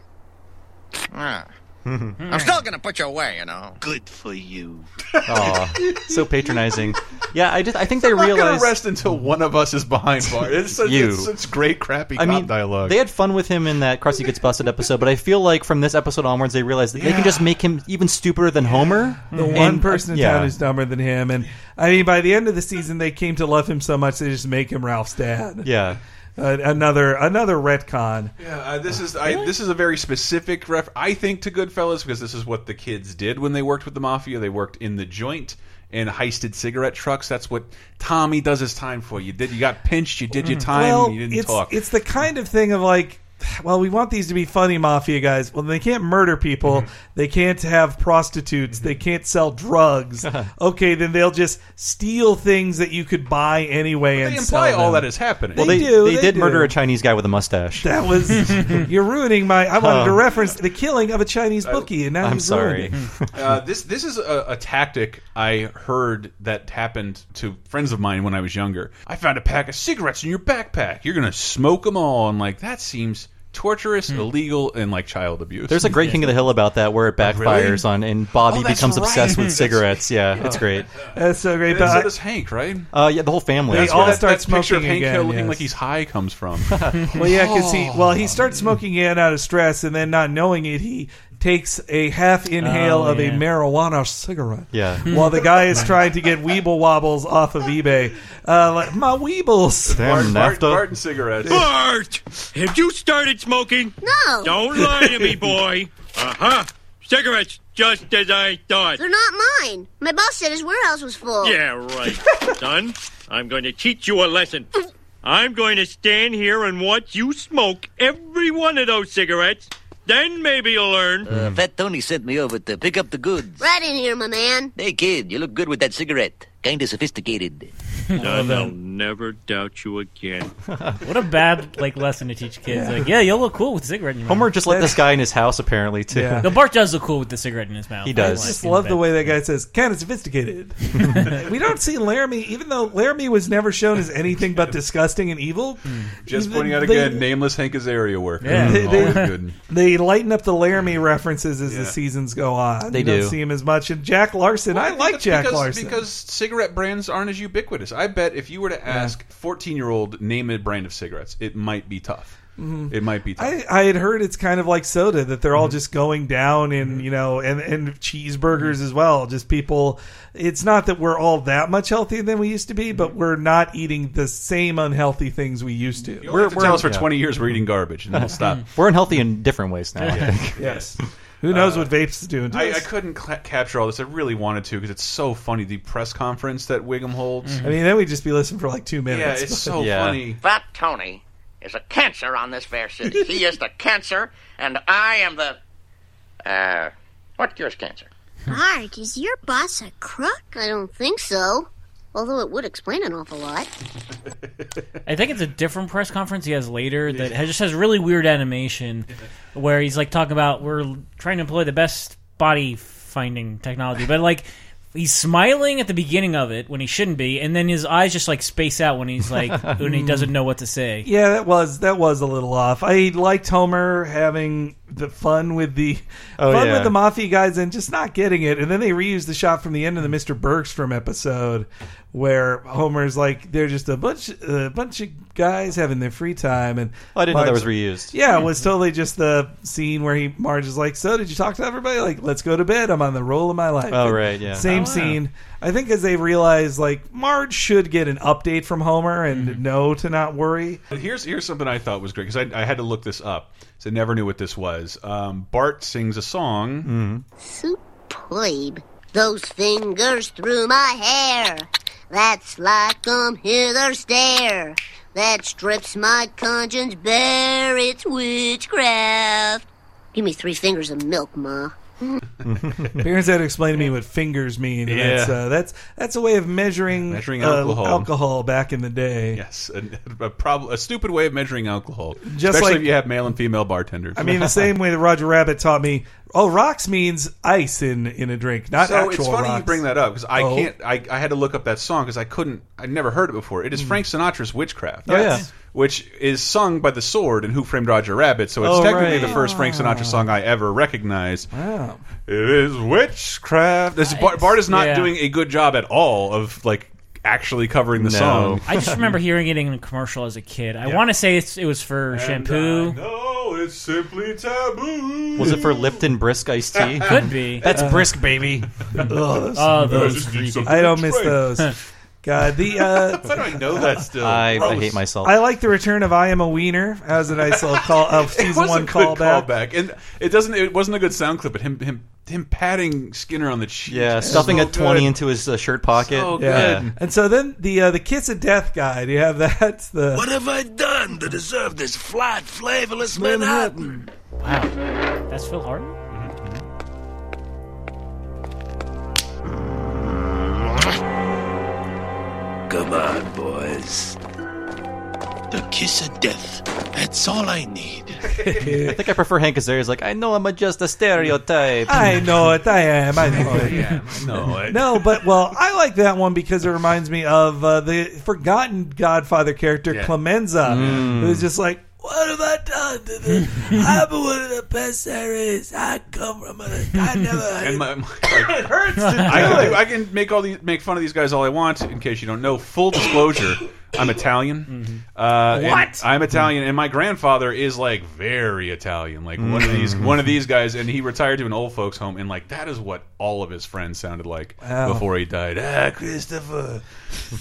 S10: Ah. I'm still going to put you away, you know.
S9: Good for you.
S2: Aw, so patronizing. Yeah, I just I think they
S1: I'm not gonna
S2: realized.
S1: rest until one of us is behind bars. It's such,
S2: You.
S1: it's such great crappy
S2: I
S1: cop
S2: mean,
S1: dialogue.
S2: they had fun with him in that Krusty Gets Busted episode, but I feel like from this episode onwards, they realized that they can just make him even stupider than Homer.
S3: the one person in
S2: yeah.
S3: town who's dumber than him, and I mean, by the end of the season, they came to love him so much they just make him Ralph's dad.
S2: Yeah.
S3: Uh, another another retcon.
S1: Yeah, uh, this is I, this is a very specific ref. I think to Goodfellas because this is what the kids did when they worked with the mafia. They worked in the joint and heisted cigarette trucks. That's what Tommy does his time for. You did you got pinched. You did your time.
S3: well,
S1: and you didn't
S3: it's,
S1: talk.
S3: It's the kind of thing of like, well, we want these to be funny mafia guys. Well, they can't murder people. They can't have prostitutes. They can't sell drugs. okay, then they'll just steal things that you could buy anyway
S1: they
S3: and
S1: imply
S3: sell
S1: all
S3: them.
S1: that is happening.
S3: They
S2: They,
S3: do,
S2: they
S3: they
S2: did
S3: do.
S2: murder a Chinese guy with a mustache.
S3: That was you're ruining my. I wanted to reference the killing of a Chinese bookie, and now
S2: I'm
S3: you've
S2: sorry. Hmm.
S3: ruined it.
S1: Uh, this this is a, a tactic I heard that happened to friends of mine when I was younger. I found a pack of cigarettes in your backpack. You're gonna smoke them all, and like that seems torturous,
S3: Hmm.
S1: illegal, and like child abuse.
S2: There's a great King of the Hill about that where it backfires on, and Bobby
S1: Oh, that's
S2: becomes obsessed
S1: right.
S2: with cigarettes. Yeah, it's great.
S3: That's so great.
S1: and so
S3: But I-
S1: does Hank, right?
S2: Uh, yeah, the whole family.
S3: They
S2: is
S3: all
S2: great.
S1: That-
S3: start
S1: that picture of
S3: smoking
S1: Hank Hill
S3: again,
S1: looking
S3: yes.
S1: like he's high comes from.
S3: Well, yeah, because he well he starts smoking again out of stress, and then not knowing it, he takes a half inhale
S4: Oh,
S3: of
S4: yeah.
S3: a marijuana cigarette.
S2: Yeah.
S3: While the guy is trying to get Weeble Wobbles off of eBay, uh, like my Weebles.
S2: Damn, NAFTA.
S1: Barton cigarettes.
S9: Bart! Have you started smoking?
S6: No,
S9: Don't lie to me, boy. Uh huh. Cigarettes, just as I thought.
S6: they're not mine. My boss said his warehouse was full.
S9: Yeah, right. Son, I'm going to teach you a lesson. I'm going to stand here and watch you smoke every one of those cigarettes. Then maybe you'll learn.
S11: Uh, Fat Tony sent me over to pick up the goods.
S6: Right in here, my man.
S11: Hey, kid, you look good with that cigarette. Kinda sophisticated.
S9: Son, I'll never doubt you again.
S4: what a bad like lesson to teach kids. Like, yeah, you'll look cool with a cigarette in your mouth.
S2: Homer just let this guy in his house apparently too.
S3: Yeah.
S4: No, Bart does look cool with the cigarette in his mouth.
S2: He does.
S4: I
S3: I just
S4: like
S3: love
S4: him,
S3: the
S4: but-
S3: way that guy says, kind of sophisticated. we don't see Laramie, even though Laramie was never shown as anything but disgusting and evil.
S1: Hmm. Just
S3: they-
S1: pointing out
S3: they-
S1: again, nameless Hank is area worker.
S4: Yeah.
S1: Always
S3: They- they-
S1: good.
S3: They lighten up the Laramie references as
S1: Yeah.
S3: the seasons go on.
S2: They
S3: you don't
S2: do.
S3: see him as much. And Jack Larson,
S1: Well,
S3: I,
S1: think
S3: like
S1: that's
S3: Jack
S1: because,
S3: Larson.
S1: because cigarette brands aren't as ubiquitous. I bet if you were to ask fourteen year old name a brand of cigarettes, it might be tough. It might be.
S3: Mm-hmm. I, I had heard it's kind of like soda that they're
S1: Mm-hmm.
S3: all just going down and you know and and
S1: Mm-hmm.
S3: cheeseburgers as well. Just people. It's not that we're all that much healthier than we used to be,
S1: Mm-hmm.
S3: but we're not eating the same unhealthy things we used to.
S1: We're, have to tell us for 20 years we're eating garbage, and we'll stop.
S3: Mm-hmm.
S2: We're unhealthy in different ways now. I think.
S3: Yes. Who knows what vapes doing to
S1: Uh, I,
S3: us?
S1: I couldn't cla capture all this. I really wanted to because it's so funny. The press conference that Wiggum holds.
S3: I mean, then we'd just be listening for like two minutes.
S1: yeah, it's so funny.
S10: Fat Tony is a cancer on this fair city. he is the cancer, and I am the. Uh, what cures cancer?
S6: Mark, is your boss a crook? I don't think so. Although it would explain an awful lot.
S4: I think it's a different press conference he has later that has, just has really weird animation where he's like talking about we're l- trying to employ the best body finding technology, but like he's smiling at the beginning of it when he shouldn't be, and then his eyes just like space out when he's like when he doesn't know what to say.
S3: Yeah, that was that was a little off. I liked Homer having the fun with the
S2: Oh,
S3: fun
S2: yeah.
S3: with the mafia guys and just not getting it. And then they reused the shot from the end of the Mr. Bergstrom episode where Homer's like they're just a bunch a bunch of guys having their free time and
S2: Oh, I didn't know that was
S3: Marge-
S2: reused.
S3: Yeah, it was totally just the scene where he Marge is like, "So did you talk to everybody? Like, let's go to bed. I'm on the roll of my life."
S2: Oh,
S3: And
S2: right, yeah.
S3: Same scene. I think as they realize, like Marge should get an update from Homer and
S2: Mm-hmm.
S3: know to not worry.
S1: Here's here's something I thought was great because I, I had to look this up. So I never knew what this was. Um, Bart sings a song.
S3: Mm.
S6: Plebe. Those fingers through my hair. That's like them hither stare. That strips my conscience bare. It's witchcraft. Give me three fingers of milk, Ma.
S3: Parents had to explain to me what fingers mean. and
S1: Yeah.
S3: That's, uh, that's that's a way of measuring,
S1: Measuring
S3: uh,
S1: alcohol.
S3: alcohol back in the day.
S1: Yes, a, a, prob a stupid way of measuring alcohol,
S3: Just
S1: especially
S3: like-
S1: if you have male and female bartenders.
S3: I mean, the same way that Roger Rabbit taught me. Oh, rocks means ice in in a drink, not
S1: so
S3: actual
S1: it's funny
S3: rocks.
S1: you bring that up because I
S3: Oh.
S1: can't. I, I had to look up that song because I couldn't. I'd never heard it before. It is Frank Sinatra's "Witchcraft."
S2: Oh, yeah.
S1: Which is sung by the sword in Who Framed Roger Rabbit, so it's
S2: Oh,
S1: technically
S2: right.
S1: the first Frank Sinatra song I ever recognized.
S3: Wow.
S1: It is witchcraft. This, Bart, Bart is not
S4: yeah.
S1: doing a good job at all of like actually covering the
S2: No.
S1: song.
S4: I just remember hearing it in a commercial as a kid. I want to say it's, it was for
S3: uh,
S4: shampoo.
S1: No, it's simply taboo.
S2: Was it for Lipton brisk iced tea?
S4: Could be.
S2: That's brisk, baby.
S3: Oh, those-
S4: Oh, those
S3: I don't miss those. God, the uh,
S1: How do I know that still?
S2: I, I
S1: Gross.
S2: hate myself.
S3: I like the return of I am a wiener as a nice little call of
S1: It
S3: season
S1: was a
S3: one
S1: good
S3: callback.
S1: and it doesn't. It wasn't a good sound clip, but him him him patting Skinner on the cheek.
S2: yeah,
S1: It's
S2: stuffing
S1: so
S2: a twenty
S1: good.
S2: into his uh, shirt pocket.
S1: So
S3: Yeah.
S1: good.
S3: and so then the uh, the kiss of death guy. Do you have that? It's the
S7: What have I done to deserve this flat, flavorless Manhattan?
S4: That's Phil Harden.
S7: Come on, boys. The kiss of death. That's all I need.
S2: I think I prefer Hank Azaria. He's like, I know I'm just a stereotype.
S3: I know it. I am. I know it.
S1: No, it-
S3: No, but well, I like that one because it reminds me of uh, the forgotten Godfather character Clemenza, who's just like, "What have I done? To this? I'm one of the best there is. I come from a. I never.
S1: And my, my, like,
S3: it hurts to do
S1: I, can
S3: it.
S1: do, I can make all these make fun of these guys all I want. In case you don't know, full disclosure, I'm Italian. Uh, and
S4: What?
S1: I'm Italian, and my grandfather is like very Italian, like one of these one of these guys. And he retired to an old folks home, and like that is what all of his friends sounded like
S3: Wow.
S1: before he died. Ah, Christopher,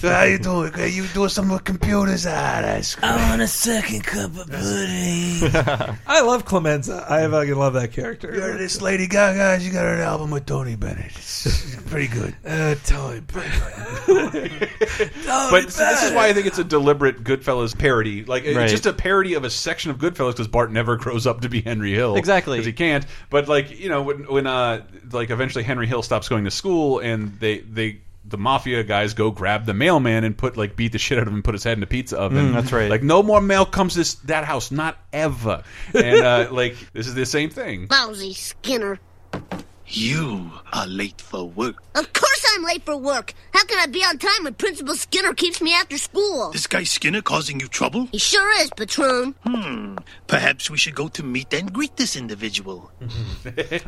S1: how you doing? You doing some more computers? Ah, that's
S4: I want a second cup of pudding.
S3: I love Clemenza. I fucking love that character.
S1: this Lady Gaga. She got an album with Tony Bennett. It's pretty good.
S3: Uh, Tony
S1: But so this is why I think it's a deliberate Goodfellas parody. Like it's
S2: Right.
S1: just a parody of a section of Goodfellas because Bart never grows up to be Henry Hill.
S2: Exactly.
S1: because he can't. But like you know when when uh like eventually Henry Hill stops going to school and they they. The mafia guys go grab the mailman and put like beat the shit out of him, and put his head in a pizza oven.
S2: Mm, that's right.
S1: Like no more mail comes this that house, not ever. And uh, like this is the same thing.
S6: Lousy Skinner.
S7: You are late for work.
S6: Of course I'm late for work. How can I be on time when Principal Skinner keeps me after school?
S12: This guy Skinner causing you trouble?
S6: He sure is, Patron.
S12: Hmm. Perhaps we should go to meet and greet this individual.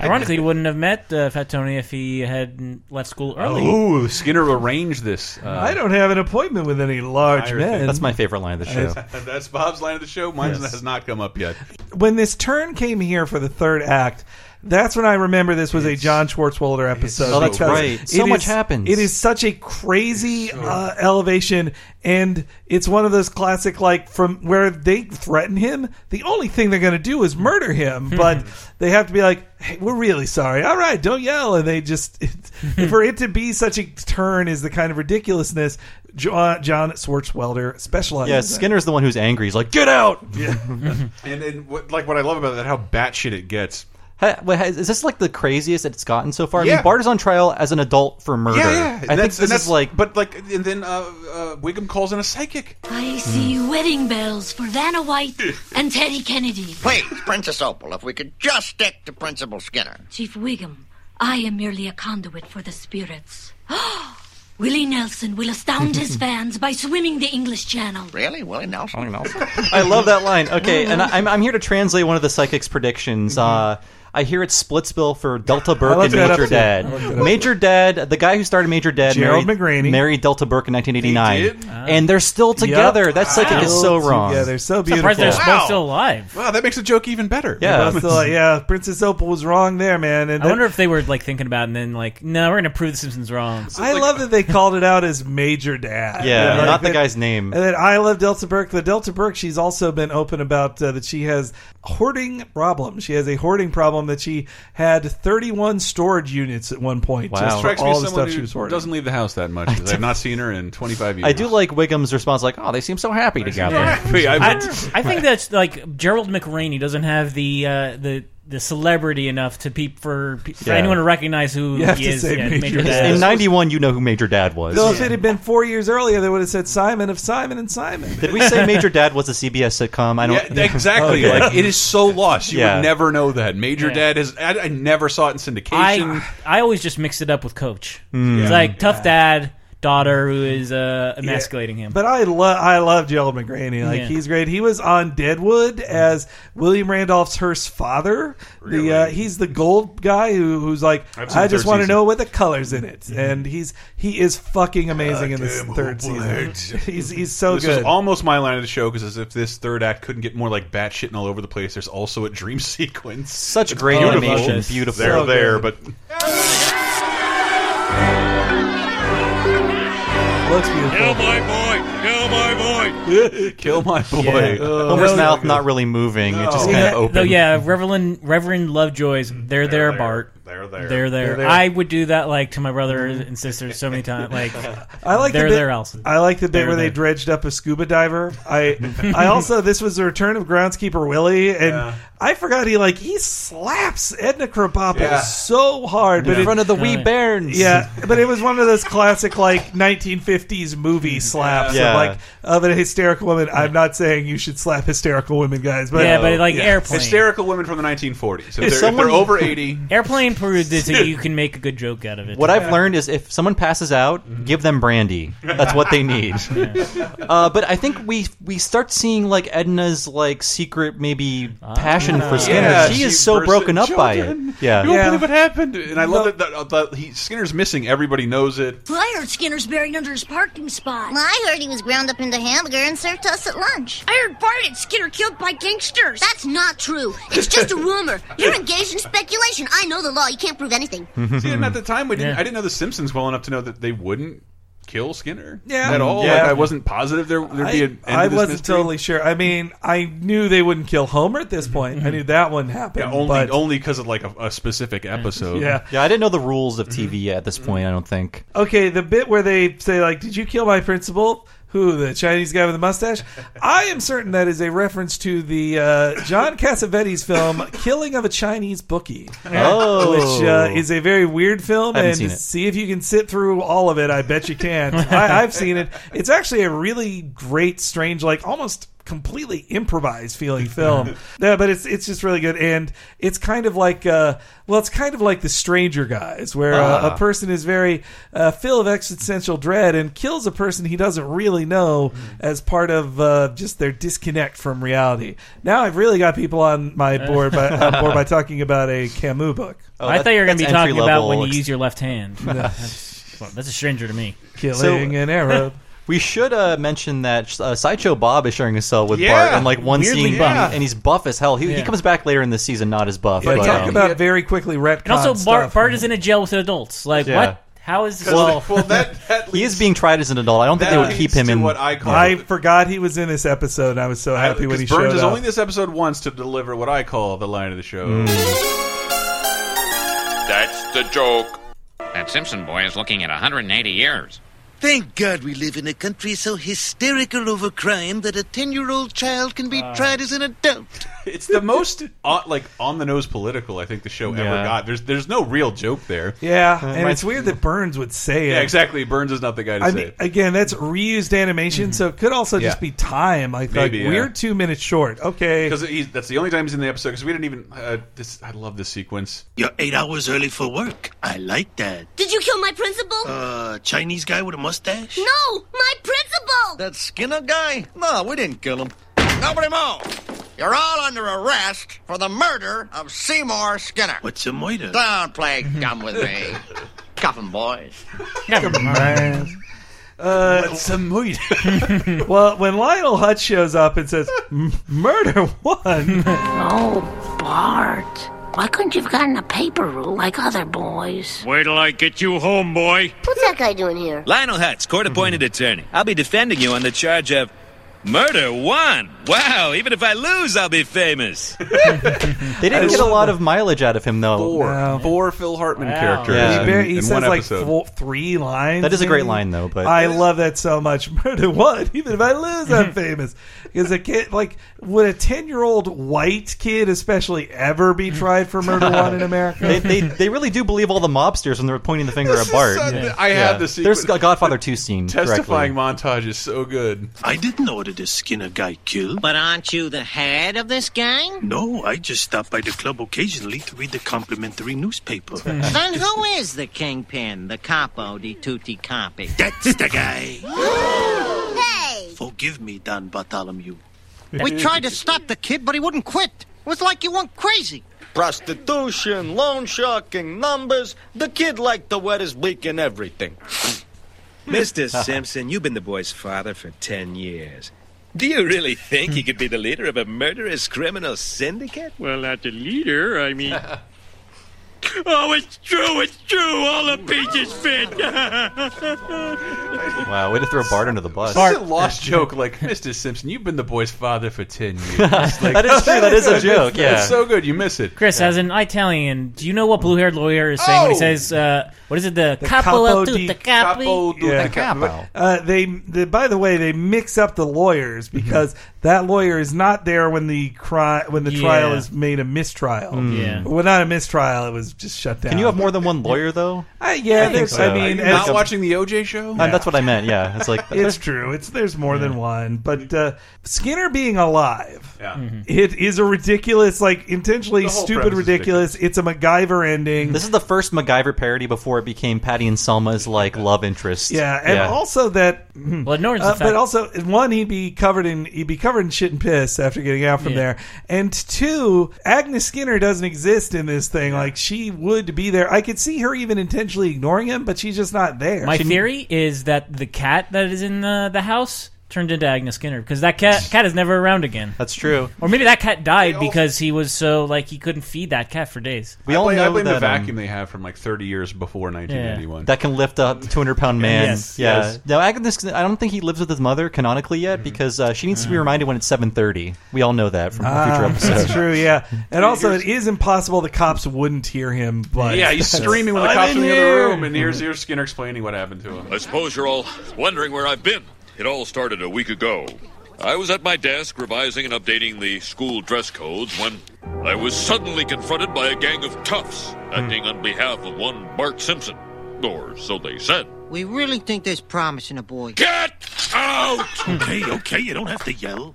S4: Ironically, he wouldn't have met uh, Fat Tony if he had left school early.
S1: Ooh, Skinner arranged this. Uh,
S3: I don't have an appointment with any large
S1: Irish
S3: men.
S1: man. That's
S2: my favorite line of the show.
S1: That's Bob's line of the show. Mine
S3: Yes.
S1: has not come up yet.
S3: when this turn came here for the third act, that's when I remember this was a John Schwartzwelder episode.
S2: Oh, that's
S3: because
S2: right.
S3: it
S2: So much
S3: is-
S2: happens.
S3: It is such a crazy uh, elevation, and it's one of those classic like from where they threaten him. The only thing they're going to do is murder
S2: Hmm.
S3: him, but they have to be like, "Hey, we're really sorry. All right, don't yell." And they just
S2: Hmm.
S3: it, for it to be such a turn is the kind of ridiculousness John, John Schwartzwelder specializes.
S2: Yeah,
S3: in.
S2: Skinner's the one who's angry. He's like, "Get out!"
S1: And then, what, like, what I love about that, how batshit it gets.
S2: Ha- wait, ha- Is this like the craziest it's gotten so far? I
S1: Yeah.
S2: mean, Bart is on trial as an adult for murder.
S1: Yeah, yeah.
S2: I think
S1: That's-
S2: this
S1: and
S2: is like
S1: but like, and then uh, uh, Wiggum calls in a psychic.
S13: I see wedding bells for Vanna White and Teddy Kennedy.
S14: Please, Princess Opal, if we could just stick to Principal Skinner.
S13: Chief Wiggum, I am merely a conduit for the spirits. Willie Nelson will astound his fans by swimming the English Channel.
S14: Really? Willie Nelson?
S2: Willie Nelson. I love that line. Okay, and I, I'm, I'm here to translate one of the psychic's predictions. Uh, I hear it's Splitsville for Delta Burke
S3: looked
S2: and
S3: that up
S2: Major
S3: too. I looked that
S2: Dad.
S3: up.
S2: Major Dad, the guy who started Major Dad,
S3: Gerald
S2: married,
S3: McGraney.
S2: married Delta Burke in 1989, and they're still
S3: Yep.
S2: together. That psychic is so
S3: Still
S2: wrong.
S3: together. So
S4: Surprised
S3: beautiful.
S4: they're both still alive.
S1: Wow, that makes the joke even better.
S2: Yeah.
S3: They're both still like, yeah, Princess Opal was wrong there, man. And
S4: I
S3: that-
S4: wonder if they were like thinking about it and then like, no, we're gonna prove the Simpsons wrong.
S3: I love that they called it out as Major Dad.
S2: Yeah,
S3: Like
S2: not the
S3: that-
S2: guy's name.
S3: And then I love Delta Burke. The Delta Burke, she's also been open about uh, that she has hoarding problem. She has a hoarding problem that she had 31 storage units at one point.
S2: Wow.
S3: Just for
S1: Strikes me
S3: all
S1: as
S3: the
S1: someone
S3: stuff
S1: who
S3: she was hoarding.
S1: doesn't leave the house that much. 'cause I've not seen her in 25 years.
S2: I do like Wiggum's response, like, "Oh, they seem so happy together."
S1: Hey, I-
S4: I, I think that's like Gerald McRaney doesn't have the uh, the the celebrity enough to peep for, pe- for
S2: Yeah.
S4: anyone to recognize who
S3: You have
S4: he
S3: to
S4: is.
S3: say
S4: yeah,
S3: Major
S4: Major
S3: Dad.
S4: Dad.
S2: In '91, you know who Major Dad was.
S3: Though if it had been four years earlier, they would have said Simon of Simon and Simon.
S2: Did we say Major Dad was a CBS sitcom? I
S1: Yeah,
S2: don't.
S1: exactly.
S2: Okay.
S1: Like it is so lost. You
S2: Yeah.
S1: would never know that. Major Dad is. I, I never saw it in syndication.
S4: I I always just mix it up with Coach.
S1: Mm.
S4: It's
S1: Yeah.
S4: like tough dad daughter who is uh, emasculating him.
S3: But I love I love Gerald McGraney. Like
S4: Yeah.
S3: he's great. He was on Deadwood as William Randolph's Hearst's father. The uh, he's the gold guy who, who's like
S1: I've seen
S3: I
S1: the
S3: just
S1: third
S3: want
S1: season."
S3: to
S1: Mm-hmm.
S3: know what the colors in it. And he's he is fucking amazing in this third
S1: Goddamn,
S3: season. he's he's so
S1: this
S3: good.
S1: is almost my line of the show because as if this third act couldn't get more like batshit and all over the place. There's also a dream sequence.
S2: Such great
S1: beautiful.
S2: Oh, animation, beautiful.
S1: They're
S2: So
S1: there, but
S2: good.
S3: Looks beautiful.
S9: Kill my boy! Kill my boy!
S1: kill my boy.
S2: Yeah.
S1: Oh,
S2: Homer's mouth not really moving; it just kind of open.
S4: Though yeah, Reverend Reverend Lovejoy's they're, there, Bart.
S1: They're there.
S4: They're there.
S3: They're there.
S4: I would do that like to my brother and sister so many times. Like
S3: I like
S4: they're
S3: the bit,
S4: there Allison.
S3: I like the bit
S4: They're
S3: where they
S4: there.
S3: dredged up a scuba diver. I I also this was the return of groundskeeper Willie, and I forgot he like he slaps Edna Krabappel
S2: Yeah.
S3: so hard, but
S2: in
S3: it-
S2: front of the wee
S4: Yeah.
S2: bairns.
S3: Yeah, but it was one of those classic like 1950s movie slaps
S2: Yeah.
S3: of like of a hysterical woman. I'm not saying you should slap hysterical women, guys, but
S4: yeah, but like airplane.
S1: hysterical women from the 1940s. If they're, if
S2: someone-
S1: they're over 80,
S4: Airplane proved it that you can make a good joke out of it.
S2: What I've learned is if someone passes out, give them brandy. That's what they need. Uh, but I think we we start seeing like Edna's like secret maybe passion for Skinner.
S1: Yeah,
S2: she, is
S1: she
S2: so
S1: burst
S2: broken
S1: it.
S2: up by it.
S1: Children,
S2: Yeah.
S1: you won't
S3: Yeah.
S1: believe what happened. And I love that, that, that he, Skinner's missing. Everybody knows it.
S13: Well, I heard Skinner's buried under his parking spot.
S6: Well, I heard he was ground up into hamburger and served to us at lunch.
S13: I heard Bart and Skinner killed by gangsters.
S6: That's not true. It's just a rumor. You're engaged in speculation. I know the law. You can't prove anything.
S12: Hmm.
S2: Mm-hmm.
S1: See, and at the time, we didn't.
S4: Yeah.
S1: I didn't know the Simpsons well enough to know that they wouldn't kill Skinner
S3: Yeah.
S1: at all.
S3: Yeah.
S1: Like, I wasn't positive there there'd be
S3: I,
S1: an end
S3: I
S1: to this
S3: wasn't
S1: mystery. Mm-hmm.
S3: totally sure. I mean, I knew they wouldn't kill Homer at this point. I knew that wouldn't happen.
S1: Yeah, only
S3: but-
S1: only because of like a, a specific episode.
S3: yeah.
S2: Yeah, I didn't know the rules of TV yet at this point, I don't think.
S3: Okay, the bit where they say like, "Did you kill my principal?" Who the Chinese guy with the mustache? I am certain that is a reference to the uh, John Cassavetes film "Killing of a Chinese Bookie,"
S2: Oh.
S3: which uh, is a very weird film.
S2: I haven't
S3: And
S2: seen it.
S3: see if you can sit through all of it. I bet you can. I, I've seen it. It's actually a really great, strange, like almost completely improvised feeling film. yeah, but it's it's just really good, and it's kind of like uh, well, it's kind of like the Stranger Guys, where uh,
S15: Ah.
S3: a person is very uh, full of existential dread and kills a person he doesn't really know
S2: Mm-hmm.
S3: as part of uh, just their disconnect from reality. Now I've really got people on my board by on board by talking about a Camus book.
S4: Oh, I thought you were going to be talking about when you use your left hand. that's, well, that's a stranger to me.
S3: Killing an Arab.
S2: We should uh, mention that uh, Sideshow Bob is sharing a cell with
S3: Yeah.
S2: Bart in like one
S3: Weirdly
S2: scene,
S3: buff.
S2: and- and he's buff as hell. He, he
S3: Yeah.
S2: comes back later in the season, not as buff.
S3: Yeah,
S2: but,
S3: talk
S2: um,
S3: about very quickly retcon
S4: And also, Bart,
S3: stuff.
S4: Bart is in a jail with adults. Like,
S2: Yeah.
S4: what? How is this?
S2: Well,
S1: that,
S2: he is being tried as an adult. I don't think
S3: that
S2: they would keep him
S3: leads
S2: in.
S3: I forgot he was in this episode. and I was so happy when he
S1: Because Burns
S3: showed
S1: is
S3: up.
S1: only this episode once to deliver what I call the line of the show.
S3: Mm.
S10: That's the joke. That Simpson boy is looking at 180 years.
S12: Thank God we live in a country so hysterical over crime that a 10 year old child can be tried as an adult.
S1: It's the most on, like on the nose political I think the show ever
S3: Yeah.
S1: got. There's there's no real joke there.
S3: yeah,
S1: Uh,
S3: and
S1: my-
S3: it's weird that Burns would say it.
S1: yeah, exactly. Burns is not the guy to
S3: I
S1: say
S3: mean,
S1: it.
S3: again, that's reused animation, so it could also just
S1: Mm-hmm. Yeah.
S3: be time. Like, like,
S1: Maybe, yeah.
S3: we're two minutes short. Okay,
S1: because that's the only time he's in the episode. Because we didn't even. Uh, this I love this sequence.
S12: You're eight hours early for work. I like that.
S6: Did you kill my principal?
S12: Uh, Chinese guy with a mustache?
S6: no, my principal!
S14: That Skinner guy? No, we didn't kill him. Nobody move! You're all under arrest for the murder of Seymour Skinner.
S12: What's a moiter?
S14: Don't play dumb with me. Cuff 'em, boys.
S3: Uh, What's
S1: a mood?
S3: well, when Lionel Hutz shows up and says, "M- "Murder one,"
S13: Oh, Bart. Why couldn't you have gotten a paper route like other boys?
S9: Wait till I get you home, boy.
S6: What's that guy doing here?
S7: Lionel Hutz, court appointed attorney. I'll be defending you on the charge of murder one. Wow, even if I lose, I'll be famous.
S2: They
S3: I
S2: didn't get a
S3: love
S2: lot of mileage out of him though.
S1: Four, four Phil Hartman
S2: Wow.
S1: characters.
S2: Yeah.
S1: in-
S3: He bar- he
S1: in
S3: says
S1: one
S3: like
S1: episode.
S3: four, three lines.
S2: That is a great
S3: maybe.
S2: line, though, but-
S3: I love that so much. Murder one, even if I lose, I'm famous. Because a kid, like, would a ten-year-old white kid, especially, ever be tried for murder one in America?
S2: they, they, they really do believe all the mobsters when they're pointing the finger at Bart.
S1: is, uh, I had the
S2: There's
S1: sequence-
S2: a Godfather 2 scene.
S1: Testifying
S2: correctly.
S1: montage is so good.
S12: I didn't order this Skinner guy killed.
S16: But aren't you the head of this gang?
S12: No, I just stop by the club occasionally to read the complimentary newspaper.
S16: Then who is the kingpin, the capo di tutti capi?
S12: That's the guy.
S6: Hey!
S12: Forgive me, Don Bartholomew.
S16: We tried to stop the kid, but he wouldn't quit. It was like you went crazy.
S17: Prostitution, loan sharking, numbers. The kid liked the wettest beak in everything.
S7: Mr. Simpson, you've been the boy's father for 10 years. Do you really think he could be the leader of a murderous criminal syndicate?
S9: Well, not the leader, I mean. oh, it's true, it's true. All the peaches fit.
S2: Wow, way to throw Bart under the bus.
S1: This is a lost joke. Like Mr. Simpson, you've been the boy's father for ten years. Like-
S2: That is true, that is a joke,
S1: It's-
S2: yeah.
S1: it's so good. You miss it.
S4: Chris, as an Italian, do you know what blue-haired lawyer is saying when he
S1: Oh!
S4: says, uh, "What is it? The,
S3: The
S4: capo
S3: capo
S4: di
S3: di-
S4: tutti capi."
S1: capo di-
S3: Yeah. Uh, they, they, by the way, they mix up the lawyers
S2: Mm-hmm.
S3: because that lawyer is not there when the cri- when the
S2: Yeah.
S3: trial is made a mistrial.
S2: Mm. Yeah.
S3: well, not a mistrial; it was just shut down.
S2: Can you have more than one lawyer, though?
S3: Uh, yeah,
S2: I think
S3: there's-
S2: so.
S3: I mean,
S2: Are you
S3: as-
S1: Not watching the OJ show.
S2: Uh, That's what I meant. Yeah, it's like
S3: it's true. It's there's more than one, but uh, Skinner being alive,
S1: Yeah.
S3: it is a ridiculous, like intentionally
S2: The whole
S3: stupid,
S2: premise is
S3: ridiculous. It's a MacGyver ending.
S2: This is the first MacGyver parody before it became Patty and Selma's like love interest.
S3: Yeah, and also that.
S4: Well, ignorance.
S3: Uh,
S4: the fact.
S3: but also, one, he'd be covered in he'd be covered in shit and piss after getting out from there, and two, Agnes Skinner doesn't exist in this thing. Like she would be there. I could see her even intentionally ignoring him, but she's just not there.
S4: My
S3: She-
S4: theory is that the cat that is in the, the house turned into Agnes Skinner because that cat cat is never around again.
S2: That's true.
S4: Or maybe that cat died because he was so like he couldn't feed that cat for days.
S1: I blame, I blame the vacuum they have from like thirty years before 1991.
S2: um, That can lift up 200 pound man.
S1: Yes,
S2: yeah.
S1: yes.
S2: Now, Agnes, I don't think he lives with his mother canonically yet because uh, she needs to be reminded when it's 7.30. We all know that from a future
S3: Ah,
S2: episodes.
S3: That's true, yeah. And also, it is impossible the cops wouldn't hear him. But
S1: yeah, he's streaming when the
S3: I'm
S1: cops are in the
S3: here.
S1: other room, and here's here's Skinner explaining what happened to him.
S8: I suppose you're all wondering where I've been. It all started a week ago. I was at my desk revising and updating the school dress codes when I was suddenly confronted by a gang of toughs acting on behalf of one Bart Simpson. Or so they said.
S16: We really think there's promise in a boy.
S8: Get out!
S12: okay, okay, you don't have to yell.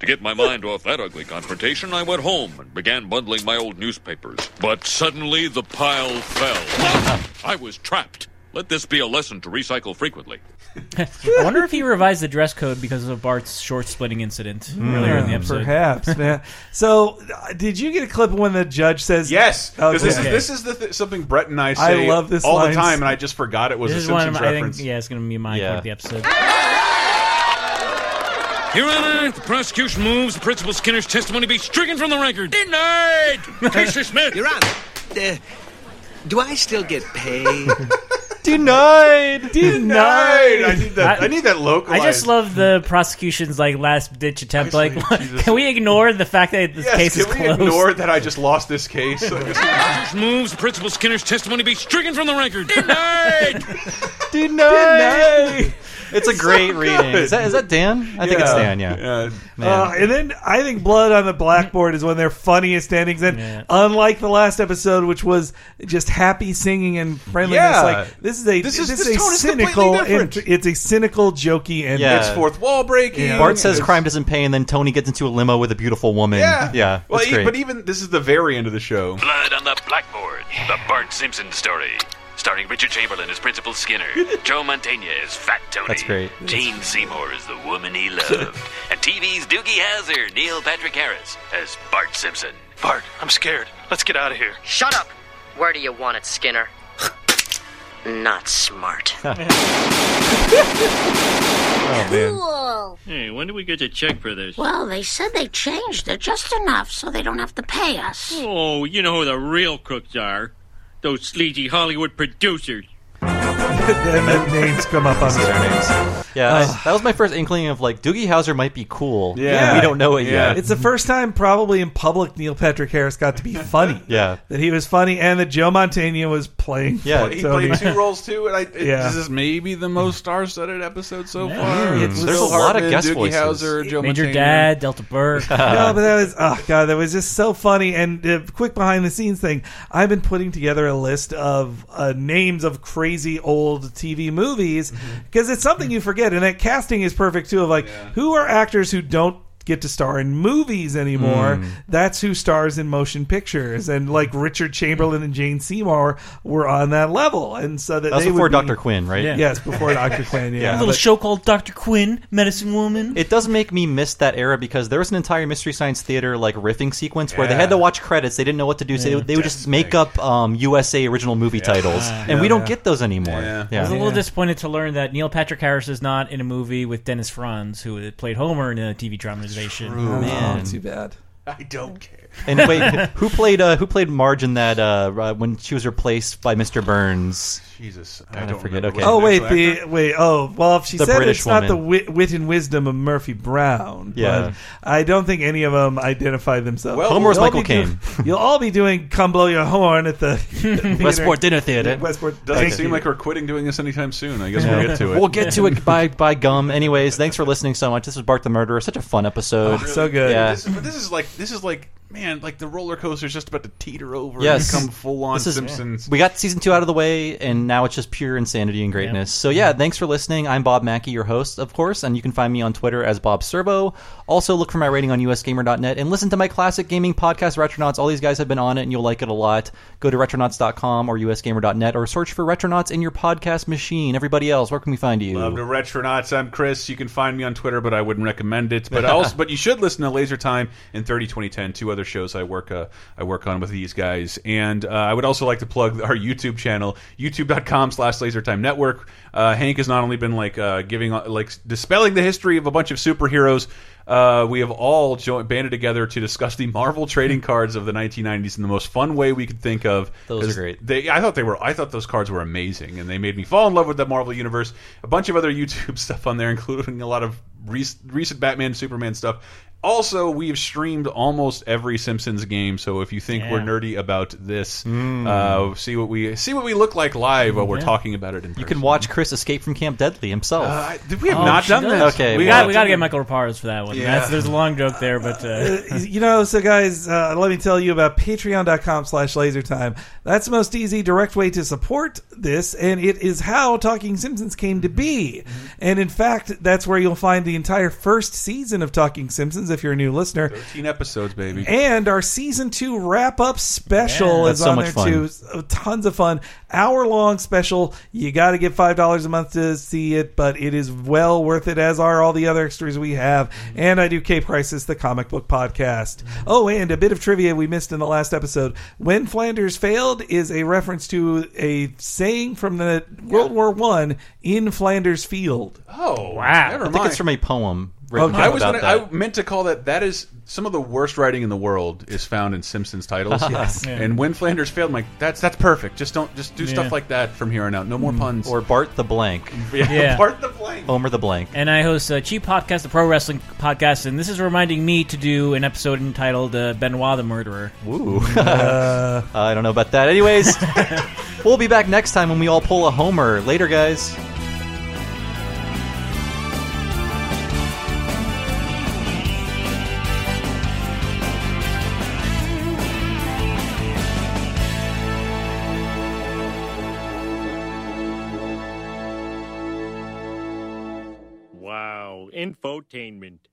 S8: To get my mind off that ugly confrontation, I went home and began bundling my old newspapers. But suddenly the pile fell. I was trapped. Let this be a lesson to recycle frequently.
S4: I wonder if he revised the dress code because of Bart's short splitting incident
S1: Hmm.
S4: earlier in the
S3: Yeah,
S4: episode.
S3: Perhaps, man. So, uh, did you get a clip when the judge says
S1: Yes, 'cause this is
S3: Okay.
S1: this is the th something Brett and I
S3: I
S1: say
S3: love this
S1: all
S3: line.
S1: the time, and I just forgot it was
S4: This
S1: a
S4: is one of
S1: Simpsons
S4: my- I think-
S1: reference.
S4: yeah, it's going to be my part of the episode.
S8: Your Honor, the prosecution moves Principal Skinner's testimony be stricken from the record. Denied! Casey Smith! Your Honor,
S14: Uh, do I still get paid?
S4: Denied.
S3: Denied.
S1: I need that- I need that localized.
S4: I just love the prosecution's like last ditch attempt. Like, can we ignore the fact that this
S1: Yes,
S4: case
S1: can
S4: is
S1: we
S4: closed?
S1: ignore that I just lost this case?
S8: moves Principal Skinner's testimony be stricken from the record. Denied!
S2: Denied. It's a great
S3: so
S2: reading.
S3: good.
S2: Is that, is that Dan? I think it's
S3: Yeah.
S2: Dan. Yeah. Man.
S3: Uh, and then I think Blood on the Blackboard is one of their funniest endings. And unlike the last episode, which was just happy singing and friendliness,
S1: Yeah.
S3: like this is a
S1: This
S3: this
S1: is-
S3: is,
S1: this
S3: a
S1: tone is completely
S3: cynical.
S1: different.
S3: and- it's a cynical, jokey ending.
S2: Yeah. It's fourth
S1: wall breaking.
S2: uh, Bart says crime doesn't pay, and then Tony gets into a limo with a beautiful woman.
S1: Yeah.
S2: yeah.
S1: Well,
S2: it's
S1: e-
S2: great.
S1: but even this is the very end of the show.
S15: Blood on the Blackboard, the Bart Simpson story. Starring Richard Chamberlain as Principal Skinner, Joe Mantegna as Fat Tony,
S2: That's great.
S15: Jane Seymour as the woman he loved, and TV's Doogie Howser, Neil Patrick Harris as Bart Simpson.
S18: Bart, I'm scared. Let's get out of here.
S19: Shut up! Where do you want it, Skinner? Not smart.
S9: Oh,
S6: Cool.
S9: Hey, when do we get to check for this?
S6: Well, they said they changed it just enough so they don't have to pay us.
S9: Oh, you know who the real crooks are. Those sleazy Hollywood producers.
S3: and then names come up on their names.
S2: yeah, I- that was my first inkling of like Doogie Howser might be cool. we don't know it yet.
S3: It's the first time, probably in public, Neil Patrick Harris got to be funny.
S2: Yeah.
S3: that he was funny, and that Joe Montana was playing.
S1: Yeah,
S3: Tony.
S1: he played two roles too, and I, it,
S3: Yeah.
S1: this is maybe the most star-studded episode so far.
S2: It's- there's a lot of guest
S1: Doogie
S2: voices.
S1: Howser, Joe
S4: Major
S1: Mantegna.
S4: Dad, Delta Burke.
S3: no,
S2: Uh,
S3: but that was oh god, that was just so funny. And uh, quick behind the scenes thing, I've been putting together a list of uh, names of crazy old TV movies
S2: Mm-hmm.
S3: because it's something you forget, and that casting is perfect too. Of like, who are actors who don't get to star in movies anymore?
S2: Mm.
S3: That's who stars in motion pictures, and like Richard Chamberlain and Jane Seymour were on that level, and so that,
S2: That was
S3: they
S2: before
S3: would be-
S2: Dr. Quinn, right? Yeah.
S3: Yes, before Doctor Quinn. Yeah,
S2: Yeah.
S4: A little
S2: but-
S4: show called Doctor Quinn, Medicine Woman.
S2: It does make me miss that era because there was an entire Mystery Science Theater like riffing sequence where they had to watch credits. They didn't know what to do, so they, they would just make up um, USA original movie titles,
S4: Ah,
S2: and
S4: yeah.
S2: we don't
S4: Yeah.
S2: get those anymore. Yeah,
S4: I was a little disappointed to learn that Neil Patrick Harris is not in a movie with Dennis Franz, who had played Homer in a TV dramatization.
S2: True, Oh, man. too
S3: bad.
S1: I don't care.
S2: and wait, who played uh, who played Marge in that uh, uh, when she was replaced by Mr. Burns?
S1: Jesus,
S2: I, don't forget. Okay.
S3: Oh wait, the wait. Oh well, if she
S2: The
S3: said
S2: British
S3: it's not the
S2: woman.
S3: wit, wit and wisdom of Murphy Brown. but
S2: Yeah.
S3: I don't think any of them identify themselves.
S2: Well, Homer's
S3: You'll all
S2: Michael
S3: be do- you'll all be doing "Come blow your horn" at the theater.
S2: Westport Dinner Theater.
S3: Westport
S1: Doesn't
S3: Thank
S1: seem
S3: you.
S1: like we're quitting doing this anytime soon. I guess
S2: Yeah.
S1: we'll get to it.
S2: We'll get to it by by gum. Anyways, thanks for listening so much. This was Bart the Murderer. Such a fun episode. Yeah.
S1: This, is- but this is like this is like man, like the roller coaster's just about to teeter over
S2: Yes.
S1: and become full on
S2: This is-
S1: Simpsons.
S2: We got season two out of the way, and now it's just pure insanity and greatness. So yeah, thanks for listening. I'm Bob Mackey, your host, of course, and you can find me on Twitter as Bob Servo. Also, look for my rating on USGamer.net and listen to my classic gaming podcast, Retronauts. All these guys have been on it, and you'll like it a lot. Go to retronauts.com or USGamer.net or search for Retronauts in your podcast machine. Everybody else, where can we find you?
S1: Love to Retronauts. I'm Chris. You can find me on Twitter, but I wouldn't recommend it. But also, but you should listen to Laser Time and 30 2010, two other shows I work uh, I work on with these guys. And uh, I would also like to plug our YouTube channel, youtube.com slash Lasertime Network. Uh, Hank has not only been like uh, giving uh, like dispelling the history of a bunch of superheroes. Uh, we have all joined, banded together to discuss the Marvel trading cards of the 1990s in the most fun way we could think of.
S2: Those are
S1: 'Cause
S2: great.
S1: they, I thought they were. I thought those cards were amazing, and they made me fall in love with the Marvel universe. A bunch of other YouTube stuff on there, including a lot of re- recent Batman, Superman stuff. Also, we've streamed almost every Simpsons game, so if you think we're
S2: Yeah.
S1: nerdy about this,
S2: Mm.
S3: Hmm.
S1: uh, see what we see what we look like live while we're
S2: Yeah.
S1: talking about it. In
S2: You
S1: person.
S2: can watch Chris escape from Camp Deadly himself.
S1: Uh, did we have Oh, not she done does. this?
S2: Okay,
S4: we
S2: well-
S4: got we got to get Michael Raparos for that one.
S2: Yeah.
S4: That's, there's a long joke there, but uh,
S3: Uh, you know, so guys, uh, let me tell you about patreon.com slash lasertime. That's the most easy, direct way to support this, and it is how Talking Simpsons
S1: Mm-hmm.
S3: came to be. And in fact, that's where you'll find the entire first season of Talking Simpsons, if you're a new listener.
S1: 13 episodes, baby.
S3: And our season two wrap up special
S1: Yeah.
S3: is
S1: That's so
S3: on
S1: much
S3: there
S1: fun.
S3: too. So, tons of fun, hour long special. You got to get five dollars a month to see it, but it is well worth it. As are all the other extras we have.
S1: Mm-hmm.
S3: And I do K Crisis, the comic book podcast. Oh, and a bit of trivia we missed in the last episode. When Flanders failed is a reference to a saying from the World War One in Flanders Field.
S1: Oh,
S3: Wow.
S1: Never
S3: I
S1: mind.
S3: think it's
S2: It's from a poem.
S3: written
S1: I was
S3: about
S1: gonna,
S3: that.
S1: I meant to call that. That is some of the worst writing in the world is found in Simpsons titles.
S2: Yes. Yeah.
S1: And when Flanders failed, I'm like that's that's perfect. Just don't just do
S4: Yeah.
S1: stuff like that from here on out. No more puns.
S2: Or Bart the blank.
S1: Yeah.
S4: Yeah.
S1: Bart the blank.
S2: Homer the blank.
S4: And I host a cheap podcast, the Pro Wrestling Podcast, and this is reminding me to do an episode entitled uh, "Benoit the Murderer."
S2: Ooh. I don't know about that. Anyways, we'll be back next time when we all pull a Homer. Later, guys.
S9: Wow, infotainment.